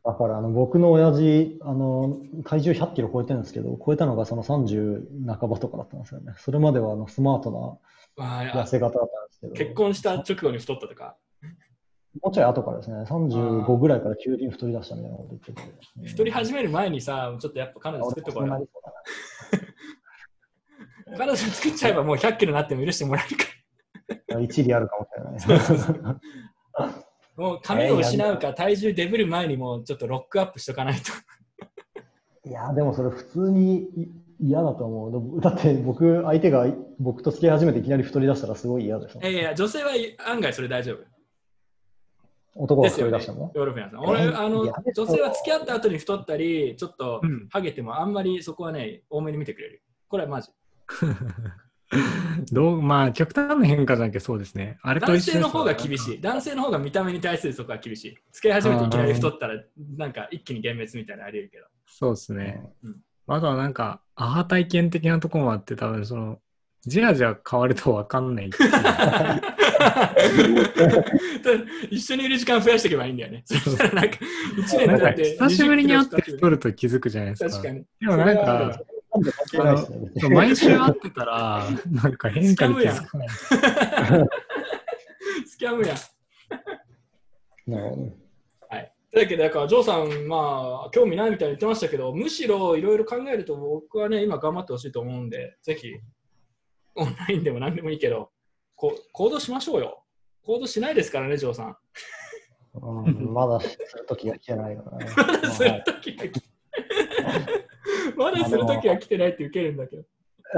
Speaker 2: だからあの僕の親父あの体重100キロ超えてるんですけど超えたのがその30半ばとかだったんですよねそれまではあのスマート <laughs>
Speaker 1: な。わあ
Speaker 2: な痩せ型だったんですけど
Speaker 1: 結婚した直後に太ったとか、
Speaker 2: もうちょい後からですね35ぐらいから急に太り出したみたいなこと言ってて、
Speaker 1: 太り始める前にさ、ちょっとやっぱ彼女作っ
Speaker 2: 俺
Speaker 1: てこ
Speaker 2: もそう
Speaker 1: い
Speaker 2: な
Speaker 1: よ。
Speaker 2: りそうだな
Speaker 1: 彼女作っちゃえばもう100キロになっても許してもらえるか
Speaker 2: 一理あるかもしれない
Speaker 1: ら。 <laughs> もう髪を失うか、体重デブる前にもうちょっとロックアップしとかないと。
Speaker 2: <laughs>
Speaker 1: <laughs>
Speaker 2: いや、でもそれ普通にい嫌だと思う。だだって僕、相手が僕と付き合い始めていきなり太り出したらすごい嫌ですもん。
Speaker 1: えいや、女性は案外それ大丈夫。
Speaker 2: 男
Speaker 1: で
Speaker 2: が
Speaker 1: す
Speaker 2: 太
Speaker 1: よ
Speaker 2: り
Speaker 1: ね
Speaker 2: 出しても。
Speaker 1: ヨーロピアンさん。俺、
Speaker 2: うん
Speaker 1: あの、
Speaker 2: いや
Speaker 1: 女性は付き合った後に太ったり、ちょっと
Speaker 3: うん
Speaker 1: ハゲてもあんまりそこはね、多めに見てくれる。これはマジ。
Speaker 3: <laughs> どうまあ、極端な変化じゃなきゃそうですね。あれと
Speaker 1: 男
Speaker 3: 一緒です
Speaker 1: 性の方が厳
Speaker 3: い。
Speaker 1: しい。男性の方が見た目に対するそこは厳しい。付き合い始めていきなり太ったら、なんか一気に幻滅みたいなのあり得るけど。
Speaker 3: <laughs> そうですね。
Speaker 1: うん
Speaker 3: あとはなんか、アハ体
Speaker 1: <laughs>
Speaker 3: 験的なとこもあって、多分その、じらじら変わると分かんないっていう
Speaker 1: 一緒にいる時間増やしていけばいいんだよね。そしたらなんか、一年
Speaker 3: なん
Speaker 1: だ
Speaker 3: か
Speaker 1: って。
Speaker 3: 久しぶりに会って
Speaker 1: 20キロ
Speaker 3: 太ると気づくじゃないです
Speaker 1: 近く
Speaker 3: か。
Speaker 1: 確かに。
Speaker 3: でもなん
Speaker 1: それはあ
Speaker 3: か
Speaker 1: る、
Speaker 2: なんで関係ないですね。別に
Speaker 3: そう毎週会ってたら、なんか変化に気づかない。
Speaker 1: スキャムや。
Speaker 2: なるほど
Speaker 1: だけど、だから、ジョーさん、まあ、興味ないみたいに言ってましたけど、むしろいろいろ考えると、僕はね、今頑張ってほしいと思うんで、ぜひ、オンラインでも何でもいいけど、こ行動しましょうよ。行動しないですからね、ジョーさん。
Speaker 2: うんまだする時が来てないからね。
Speaker 1: ま <laughs> だするときは来て、まだするときは来てないって受けるんだけど、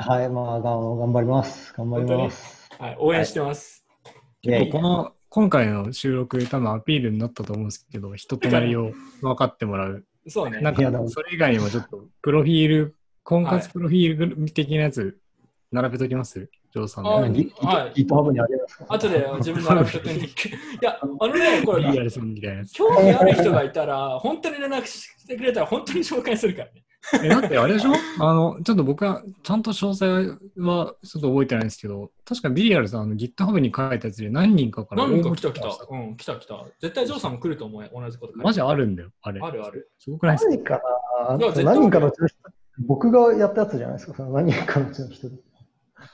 Speaker 2: はい、まあ、がん頑張ります。頑張ります。
Speaker 1: はい、応援してます。
Speaker 3: 結構この、今回の収録で多分アピールになったと思うんですけど、人となりを分かってもらう。
Speaker 1: そうね。
Speaker 3: なん
Speaker 2: いやで
Speaker 3: か、
Speaker 2: も
Speaker 3: それ以外にもちょっと、プロフィール、婚
Speaker 1: はい
Speaker 3: 活プロフィール的なやつ、並べときますジョーさん
Speaker 1: あ
Speaker 3: の。
Speaker 2: ギ
Speaker 1: はい
Speaker 2: ギ GitHub にあげますか
Speaker 1: あとで自分のラップトに。いや、あのね、これ、
Speaker 3: リアルさんみたいなやつ。
Speaker 1: 興味ある人がいたら、本当に連絡してくれたら、本当に紹介するからね。
Speaker 3: え、だってあれでしょあの、ちょっと僕は、ちゃんと詳細はちょっと覚えてないんですけど、確かビリアルさん、あの GitHub に書いたやつで何人かから
Speaker 1: 何人か
Speaker 3: 応募
Speaker 1: 来た来
Speaker 3: んで
Speaker 1: た
Speaker 3: すよ。。
Speaker 1: うん、来た来た。絶対ジョーさんも来ると思うよ。同じこと書いて
Speaker 3: マジあるんだよ、あれ。
Speaker 1: あるある。
Speaker 3: すごくないですか
Speaker 2: 何人かない
Speaker 1: や絶対
Speaker 2: 何人かのうちの一人僕がやったやつじゃないですか。その何人かのうちの一人。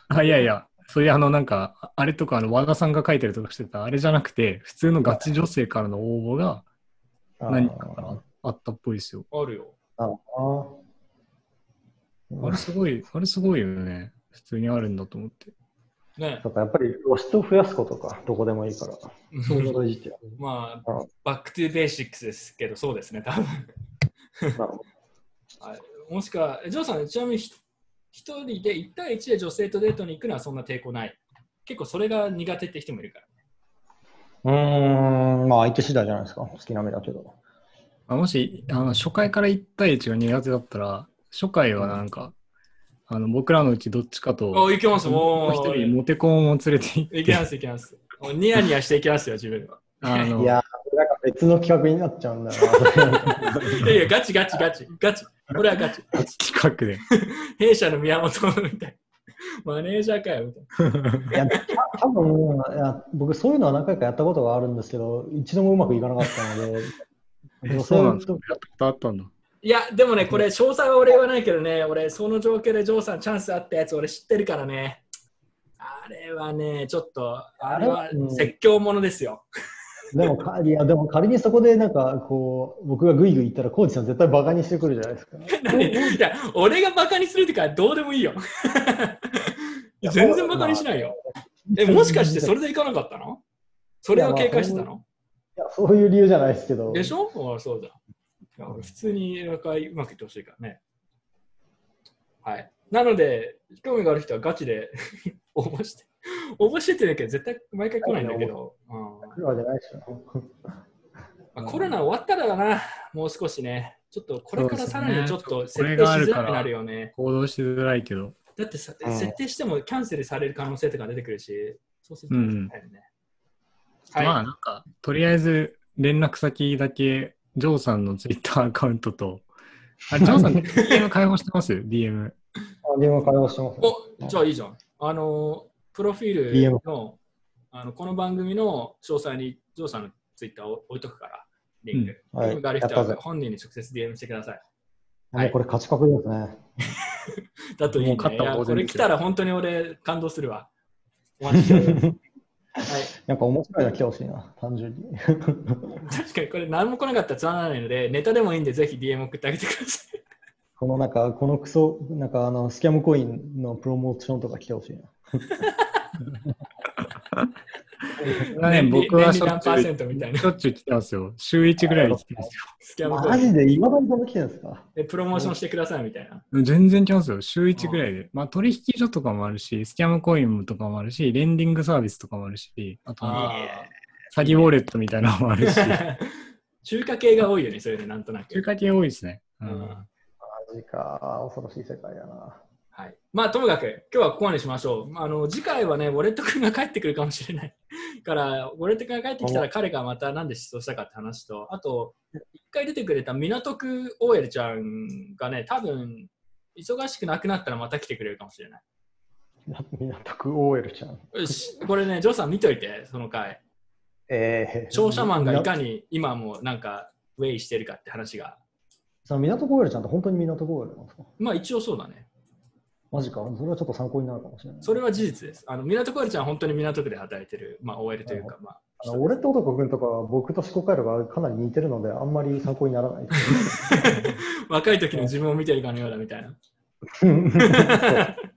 Speaker 3: あいやいや、そういうあのなんか、ああれとかあの和田さんが書いてるとかしてたあれじゃなくて、普通のガチ女性からの応募が
Speaker 2: あー
Speaker 3: 何人かからあったっぽいですよ。
Speaker 1: あるよ。
Speaker 2: なのか
Speaker 3: あ
Speaker 2: な。
Speaker 3: れすごい、あれすごいよね。普通にあるんだと思って。
Speaker 1: ね。
Speaker 2: そうか、やっぱり露出を増やすことか、どこでもいいから。そういうこといじってやる。
Speaker 1: ま
Speaker 2: あ
Speaker 1: あ、バックトゥベーシックスですけど、そうですね、多分。
Speaker 2: なるほど
Speaker 1: もしくは、えジョーさん、ちなみにひ一人で、一対一で女性とデートに行くのはそんな抵抗ない。結構それが苦手って人もいるから。
Speaker 2: うーん、まあ相手次第じゃないですか。好きな目だけど。
Speaker 3: あもしあの初回から1対1が苦手だったら、初回はなんか、あの僕らのうちどっちかと、
Speaker 1: お
Speaker 3: もう
Speaker 1: 行けます、もう。
Speaker 3: 一人モテコンを連れて行
Speaker 1: 行
Speaker 3: っ
Speaker 1: け
Speaker 3: て、
Speaker 1: ます、行けます。 <laughs> もうニヤニヤしていきますよ、自分は。
Speaker 3: あ
Speaker 2: い
Speaker 3: の
Speaker 2: やー、なんか別の企画になっちゃうんだよな。
Speaker 1: いやいや、ガチガチガチ、ガチ。俺はガチ。
Speaker 3: <laughs> 近くで。
Speaker 1: 弊社の宮本みたいな。マネージャーかよ、みたい
Speaker 2: いや、た多分いや僕、そういうのは何回かやったことがあるんですけど、一度もうまくいかなかったので、
Speaker 3: <laughs>
Speaker 2: 女性
Speaker 3: んですか
Speaker 2: と
Speaker 3: やったことあったんだ。
Speaker 1: いや、でもね、これ、詳細は俺言わないけどね、俺、その状況でジョーさんチャンスあったやつ、俺知ってるからね。あれはね、ちょっと、あれは
Speaker 2: うん
Speaker 1: 説教ものですよ。
Speaker 2: でもかいやでも仮にそこでなんかこう僕がグイグイ言ったら、コーチさん絶対バカにしてくるじゃないですか。
Speaker 1: 何いや、俺がバカにするとかどうでもいいよ。全然バカにしないよ。え、もしかしてそれでいかなかったのそれを警戒してたの
Speaker 2: いやそういう理由じゃないですけど、
Speaker 1: でしょあそうだ。いや俺普通になんかうまくいってほしいからね。はい。なので、興味がある人はガチで <laughs> 応募して。応募してってだけど絶対毎回来ないんだけど。うん
Speaker 2: 来るわけないでしょ。
Speaker 1: まあ、コロナ終わったらだな、もう少しね。ちょっとこれからさらにちょっと設
Speaker 3: そうですね
Speaker 1: 定しづらくなるよね。
Speaker 3: 行動しづらいけど、
Speaker 1: だってさ、
Speaker 2: うん
Speaker 1: 設定してもキャンセルされる可能性とか出てくるし、そうすると
Speaker 3: う
Speaker 1: 大
Speaker 3: ん
Speaker 1: 変だよね。はい、
Speaker 3: まあなんか、とりあえず連絡先だけ、ジョーさんのツイッターアカウントと、あれ、ジョーさん、DM 開放してま
Speaker 1: <laughs>
Speaker 3: す ?DM。
Speaker 2: あ電話会話してます、ね。
Speaker 1: おじゃあいいじゃん。あの、プロフィールのあのこの番組の詳細にジョーさんのツイッターを置いとくから、リンク。
Speaker 2: うんはい
Speaker 1: 興味がある人
Speaker 2: やった
Speaker 1: は
Speaker 2: ぜ
Speaker 1: 本人に直接 DM してください。
Speaker 2: あもうこれ勝ち確ですね。
Speaker 1: だといい、ね、
Speaker 3: もう勝った
Speaker 1: いや
Speaker 3: 当
Speaker 1: こ
Speaker 3: 然
Speaker 1: れ
Speaker 3: ですよ
Speaker 1: 来たら本当に俺感動するわ。お待ちして
Speaker 2: <laughs>
Speaker 1: ますはい
Speaker 2: なんか面白いの来てほしいな、単純に。
Speaker 1: 確かにこれ何も来なかったらつまらないので、ネタでもいいんでぜひ DM 送ってあげてください。
Speaker 2: このなんか、このクソ、なんかあの、スキャムコインのプロモーションとか来てほしいな。
Speaker 1: 年
Speaker 3: ね、
Speaker 1: 利
Speaker 3: 僕は
Speaker 1: 年
Speaker 3: し
Speaker 1: 利
Speaker 3: ょ
Speaker 1: 何
Speaker 3: っち
Speaker 1: パ
Speaker 3: ゅ
Speaker 1: ー
Speaker 3: う、
Speaker 1: セントみたいな
Speaker 3: しょっちゅう来てますよ。週1ぐらいで来てます
Speaker 1: スキャンコイン
Speaker 2: マジで、今までどんな来てるんですか
Speaker 1: えプロモーションしてくださいみたいな。
Speaker 3: よ。全然来ますよ。週1ぐらいで。まあ、取引所とかもあるし、スキャムコインとかもあるし、レンディングサービスとかもあるし、あとなんか
Speaker 1: あ
Speaker 3: 詐欺ウォレットみたいなのもあ
Speaker 1: <laughs>
Speaker 3: るし、
Speaker 1: ー中華系が多いよね、そういうのなんとな
Speaker 3: 中
Speaker 1: く。
Speaker 3: 華系多いですね。う
Speaker 1: うんん
Speaker 2: マジか、恐ろしい世界だな。
Speaker 1: はい、まあともかく今日はここまでしましょう。まああの次回はね、ウォレット君が帰ってくるかもしれない。 <laughs> から、ウォレット君が帰ってきたら彼がまたなんで失踪したかって話と、あと、一回出てくれた港区 OL ちゃんがね、多分忙しくなくなったらまた来てくれるかもしれない。
Speaker 2: <laughs> 港区 OL ちゃん。
Speaker 1: よしこれね、ジョーさん見といて、その回。
Speaker 2: えー、
Speaker 1: 商社マンがいかに今もなんかウェイしてるかって話が。
Speaker 2: その港区 OL ちゃんって本当に港区 OL なんですか
Speaker 1: まあ一応そうだね。
Speaker 2: マジか。それはちょっと参考になるかもしれない。
Speaker 1: それは事実です。あの港区あるちゃんは本当に港区で働いてる、まあ、OL というか、まあ、
Speaker 2: あの俺と男君とか僕と思考回路がかなり似てるのであんまり参考にな
Speaker 1: <laughs>
Speaker 2: らないです
Speaker 1: 若い時の自分を見てるかのようだみたいな。
Speaker 2: けど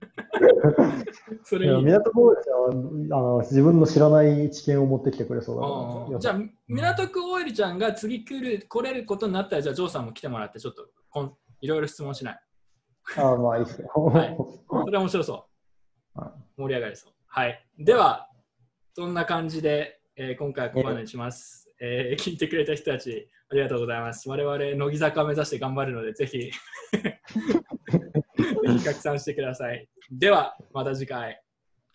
Speaker 1: そ
Speaker 2: <laughs> い
Speaker 1: れい
Speaker 2: や
Speaker 1: い。
Speaker 2: 港区 OL ちゃんはあの自分の知らない知見を持ってきてくれそうだ
Speaker 1: あ
Speaker 2: な
Speaker 1: あじゃあ、港区 OL ちゃんが次来る来れることになったら、じゃあ、ジョーさんも来てもらって、ちょっとこんいろいろ質問しない。
Speaker 2: ああまあいいっすね。
Speaker 1: はいそれは面白そう
Speaker 2: は。
Speaker 1: 盛り上がりそう。はい。では、そんな感じで、えー今回はここまでにします。えー聞いてくれた人たち、ありがとうございます。我々、乃木坂目指して頑張るの <laughs> で、ぜひ、ぜひ拡散してください。では、また次回。